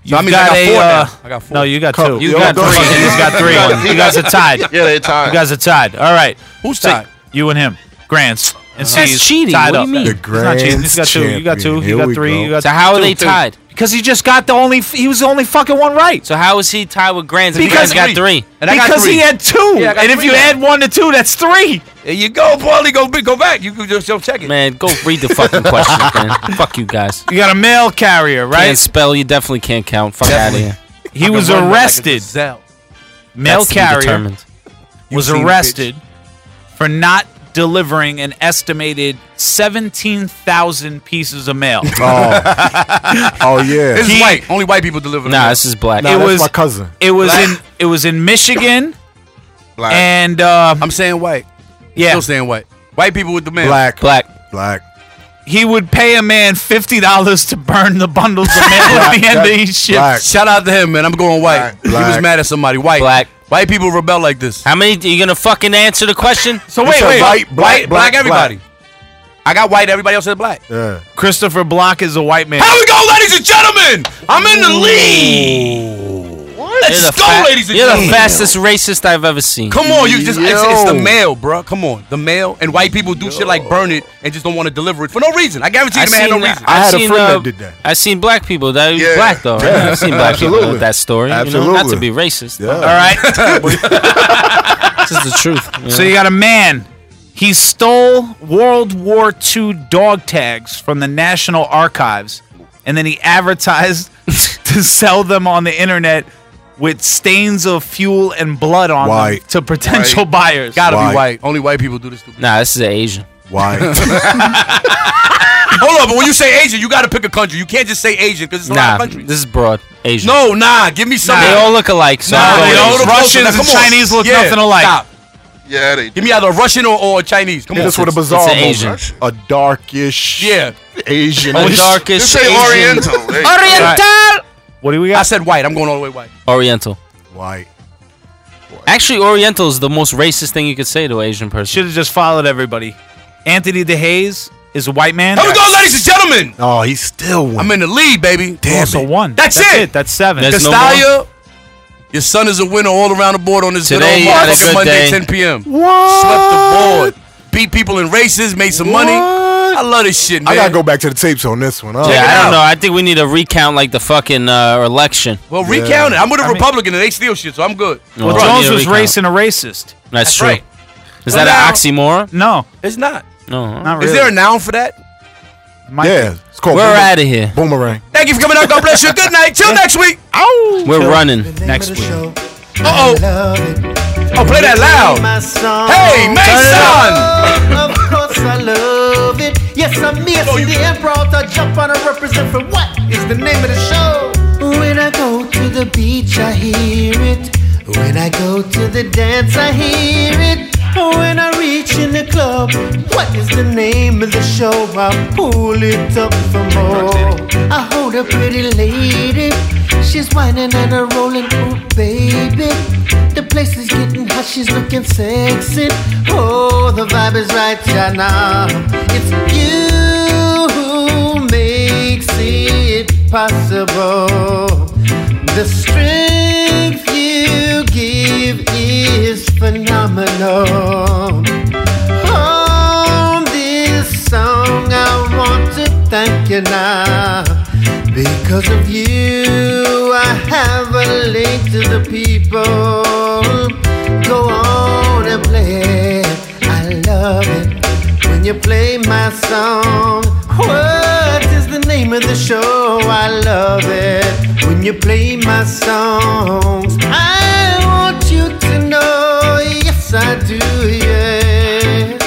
S4: You
S3: I mean, I got four now.
S6: uh,
S3: I got four.
S4: uh, No, you got two.
S6: You
S4: You
S6: got
S4: got
S6: three.
S4: three. He's got three. You guys are tied. You
S5: Yeah, they tied.
S4: guys are tied. All right.
S3: Who's
S4: So,
S3: tied?
S4: You and him. Grants. And
S6: That's
S4: C's
S6: cheating.
S4: Tied
S6: What do
S4: up.
S6: you mean? The
S4: It's not cheating. He's got
S7: Grants
S4: two. You got two.
S7: champion.
S4: You
S7: Here
S4: got
S7: we
S4: three.
S7: go.
S4: You got
S6: So how are
S4: two,
S6: they
S4: two.
S6: tied?
S4: Because he just got the only. f- He was the only fucking one right.
S6: So how is he tied with Grants? if you
S4: Because
S6: guys got three.
S3: And I got
S4: because
S3: three.
S4: he had two.
S3: Yeah, I got
S4: and if
S3: three
S4: you
S3: now.
S4: add one to two, that's three.
S3: There you go, Paulie. Go go back. You can just go check it.
S6: Man, go read the fucking questions, man. Fuck you guys.
S4: You got a mail carrier, right?
S6: Can't spell. You definitely can't count. Fuck out of here.
S4: He was arrested. mail
S6: That's to be
S4: carrier
S6: determined.
S4: was
S3: seen the
S4: arrested for not delivering an estimated 17,000 pieces of mail.
S7: Oh. oh yeah.
S3: This
S7: Nah,
S3: is white. Only white people deliver.
S6: Nah,
S3: it's
S6: this is black.
S4: it
S7: that's
S4: was-
S7: my cousin.
S4: it was in it was in Michigan
S5: Black.
S4: and uh,
S3: I'm saying white.
S4: yeah,
S3: Still saying white. White people with the man.
S7: Black.
S6: black.
S7: Black.
S4: he would pay a man fifty dollars to burn the bundles of mail at the end of each shift.
S3: Shout out to him, man. I'm going white. He was
S4: Black.
S3: mad at somebody. White. Black. White people rebel like this.
S6: How many? Are you gonna fucking answer the question?
S3: So wait, wait, white, black, everybody. I got white. Everybody else is black.
S4: Yeah. Christopher Block is a white man.
S3: Here we go, ladies and gentlemen. I'm in the lead.
S6: You're
S3: Let's
S6: the
S3: go,
S6: fa-
S3: ladies and
S6: You're
S3: gentlemen.
S6: the fastest racist I've ever seen.
S3: Come on, you just it's, it's the mail, bro. Come on, the mail and white people do shit like burn it and just don't want to deliver it for no reason. I guarantee you, the man had no reason.
S6: that. I seen black people that was black though. Right?
S3: Yeah,
S6: I've seen black people
S3: absolutely.
S6: with that story. You know, not to
S4: Absolutely.
S6: be racist. but-
S4: All right.
S6: this is the truth.
S4: So you got a man. He stole World War II dog tags from the National Archives, and then he advertised to sell them on the internet with stains of fuel and blood on them
S3: White.
S4: to potential
S3: White.
S4: buyers.
S3: Gotta be white. Only white people do this. Stupid.
S6: Nah, this is an Asian.
S7: Why?
S3: Hold on, but when you say Asian, you gotta pick a country. You can't just say Asian because it's a lot
S6: Nah,
S3: of countries.
S6: this is broad Asian.
S3: No, nah, give me some.
S6: They all look alike. So
S3: Nah,
S6: I'm
S3: they
S6: going
S3: all
S6: Asian.
S3: look close enough. Come on. Yeah, Stop.
S5: Yeah, they
S3: Give me either a Russian or, or a Chinese. Come
S7: Hit
S3: on,
S7: us with a
S3: It's-
S7: bizarre
S3: it's an
S7: moment. A darkish.
S3: Yeah.
S7: Asian.
S3: A darkish Just say Asian. Oriental. There you go. Oriental!
S4: What do we got?
S3: I said white. I'm going all the way white.
S6: Oriental.
S7: White.
S6: Actually, Oriental is the most racist thing you could say to an Asian person.
S4: Should have just followed everybody. Anthony DeHaze is a white man.
S3: Here we go, ladies and gentlemen.
S7: Oh, he's still one.
S3: I'm in the lead, baby.
S4: Damn also Oh, one.
S3: That's, it.
S4: That's seven.
S3: Castalia, your son is a winner all around the board on this
S4: Today
S3: good
S4: you
S3: old
S4: had a
S3: motherfucking
S4: good
S3: Monday,
S4: day.
S3: 10 p.m. What? Slept the board, beat people in races, made some money. I love this shit, man.
S7: I gotta go back to the tapes on this
S3: Oh,
S7: one. huh?
S6: yeah, I don't know. I think we need a recount like the fucking uh, election.
S3: Well, recount it. I'm with a Republican and they steal shit, so I'm good.
S6: No,
S4: Well,
S6: I
S4: Jones
S6: need a
S4: was
S6: recount.
S4: racing a racist.
S6: That's, true.
S4: right.
S6: Is
S4: Well,
S6: that
S4: now-
S6: an oxymoron?
S4: No.
S3: It's not.
S6: No.
S4: Not
S3: Is
S4: really.
S3: there a noun for that?
S7: Yeah, it's called.
S6: We're
S7: boomer-
S6: out of here.
S7: Boomerang.
S3: Thank you for coming out. God bless you. Good night. Till next week. Oh.
S6: We're running.
S4: Next week.
S3: Uh oh. Oh, play that loud. Hey, Mason.
S2: Of course I love it. Yes, I'm
S3: Oh,
S2: Mason, the emperor. I jump on and represent for what is the name of the show. When I go to the beach, I hear it. When I go to the dance, I hear it. When I reach in the club, what is the name of the show? I pull it up for more. I hold a pretty lady. She's whining and a rolling, oh baby. The place is getting hot, she's looking sexy. Oh, the vibe is right, yeah, now. It's you who makes it possible. The strength you give is phenomenal. On this song, I want to thank you now. Because of you, I have a link to the people. Go on and play it. I love it when you play my song. What is the name of the show? I love it when you play my songs. I want you to know, yes, I do, yeah.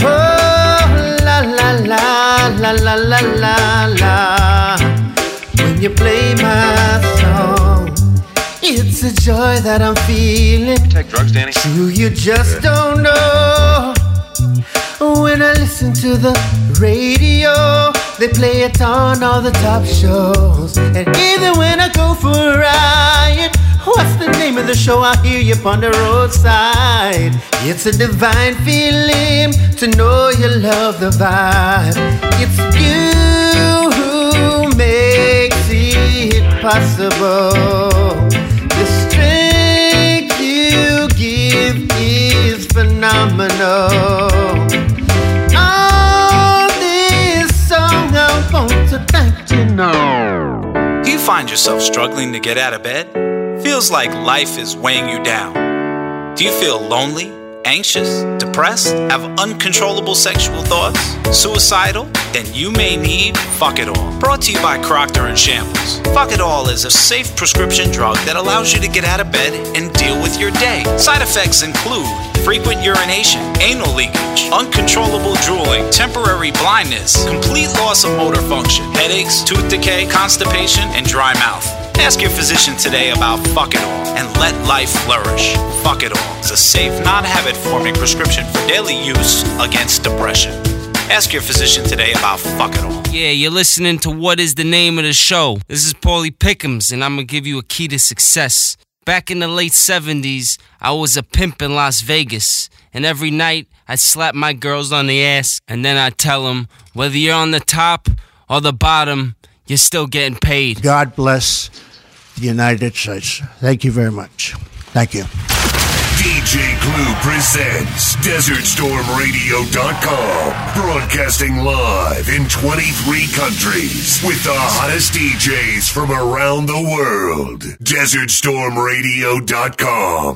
S2: Oh, la la la la la la la la. When you play my song, it's a joy that I'm feeling.
S23: Take drugs, Danny.
S2: True, you just don't know. When I listen to the radio, they play it on all the top shows. And even when I go for a ride, what's the name of the show? I hear you on the roadside. It's a divine feeling to know you love the vibe. It's you who makes it possible. The strength you give is phenomenal. On this song, I want to thank you now.
S8: Do you find yourself struggling to get out of bed? Feels like life is weighing you down. Do you feel lonely, anxious, depressed, have uncontrollable sexual thoughts, suicidal? Then you may need Fuck It All. Brought to you by Procter and Shambles. Fuck It All is a safe prescription drug that allows you to get out of bed and deal with your day. Side effects include frequent urination, anal leakage, uncontrollable drooling, temporary blindness, complete loss of motor function, headaches, tooth decay, constipation, and dry mouth. Ask your physician today about Fuck It All and let life flourish. Fuck It All is a safe, non habit forming prescription for daily use against depression. Ask your physician today about fuck it all.
S6: Yeah, you're listening to What is the Name of the Show? This is Paulie Pickums, and I'm gonna give you a key to success. Back in the late 70s, I was a pimp in Las Vegas, and every night I'd slap my girls on the ass, and then I'd tell them whether you're on the top or the bottom, you're still getting paid.
S22: God bless the United States. Thank you very much. Thank you.
S17: DJ Clue presents DesertStormRadio.com. Broadcasting live in 23 countries with the hottest DJs from around the world. DesertStormRadio.com.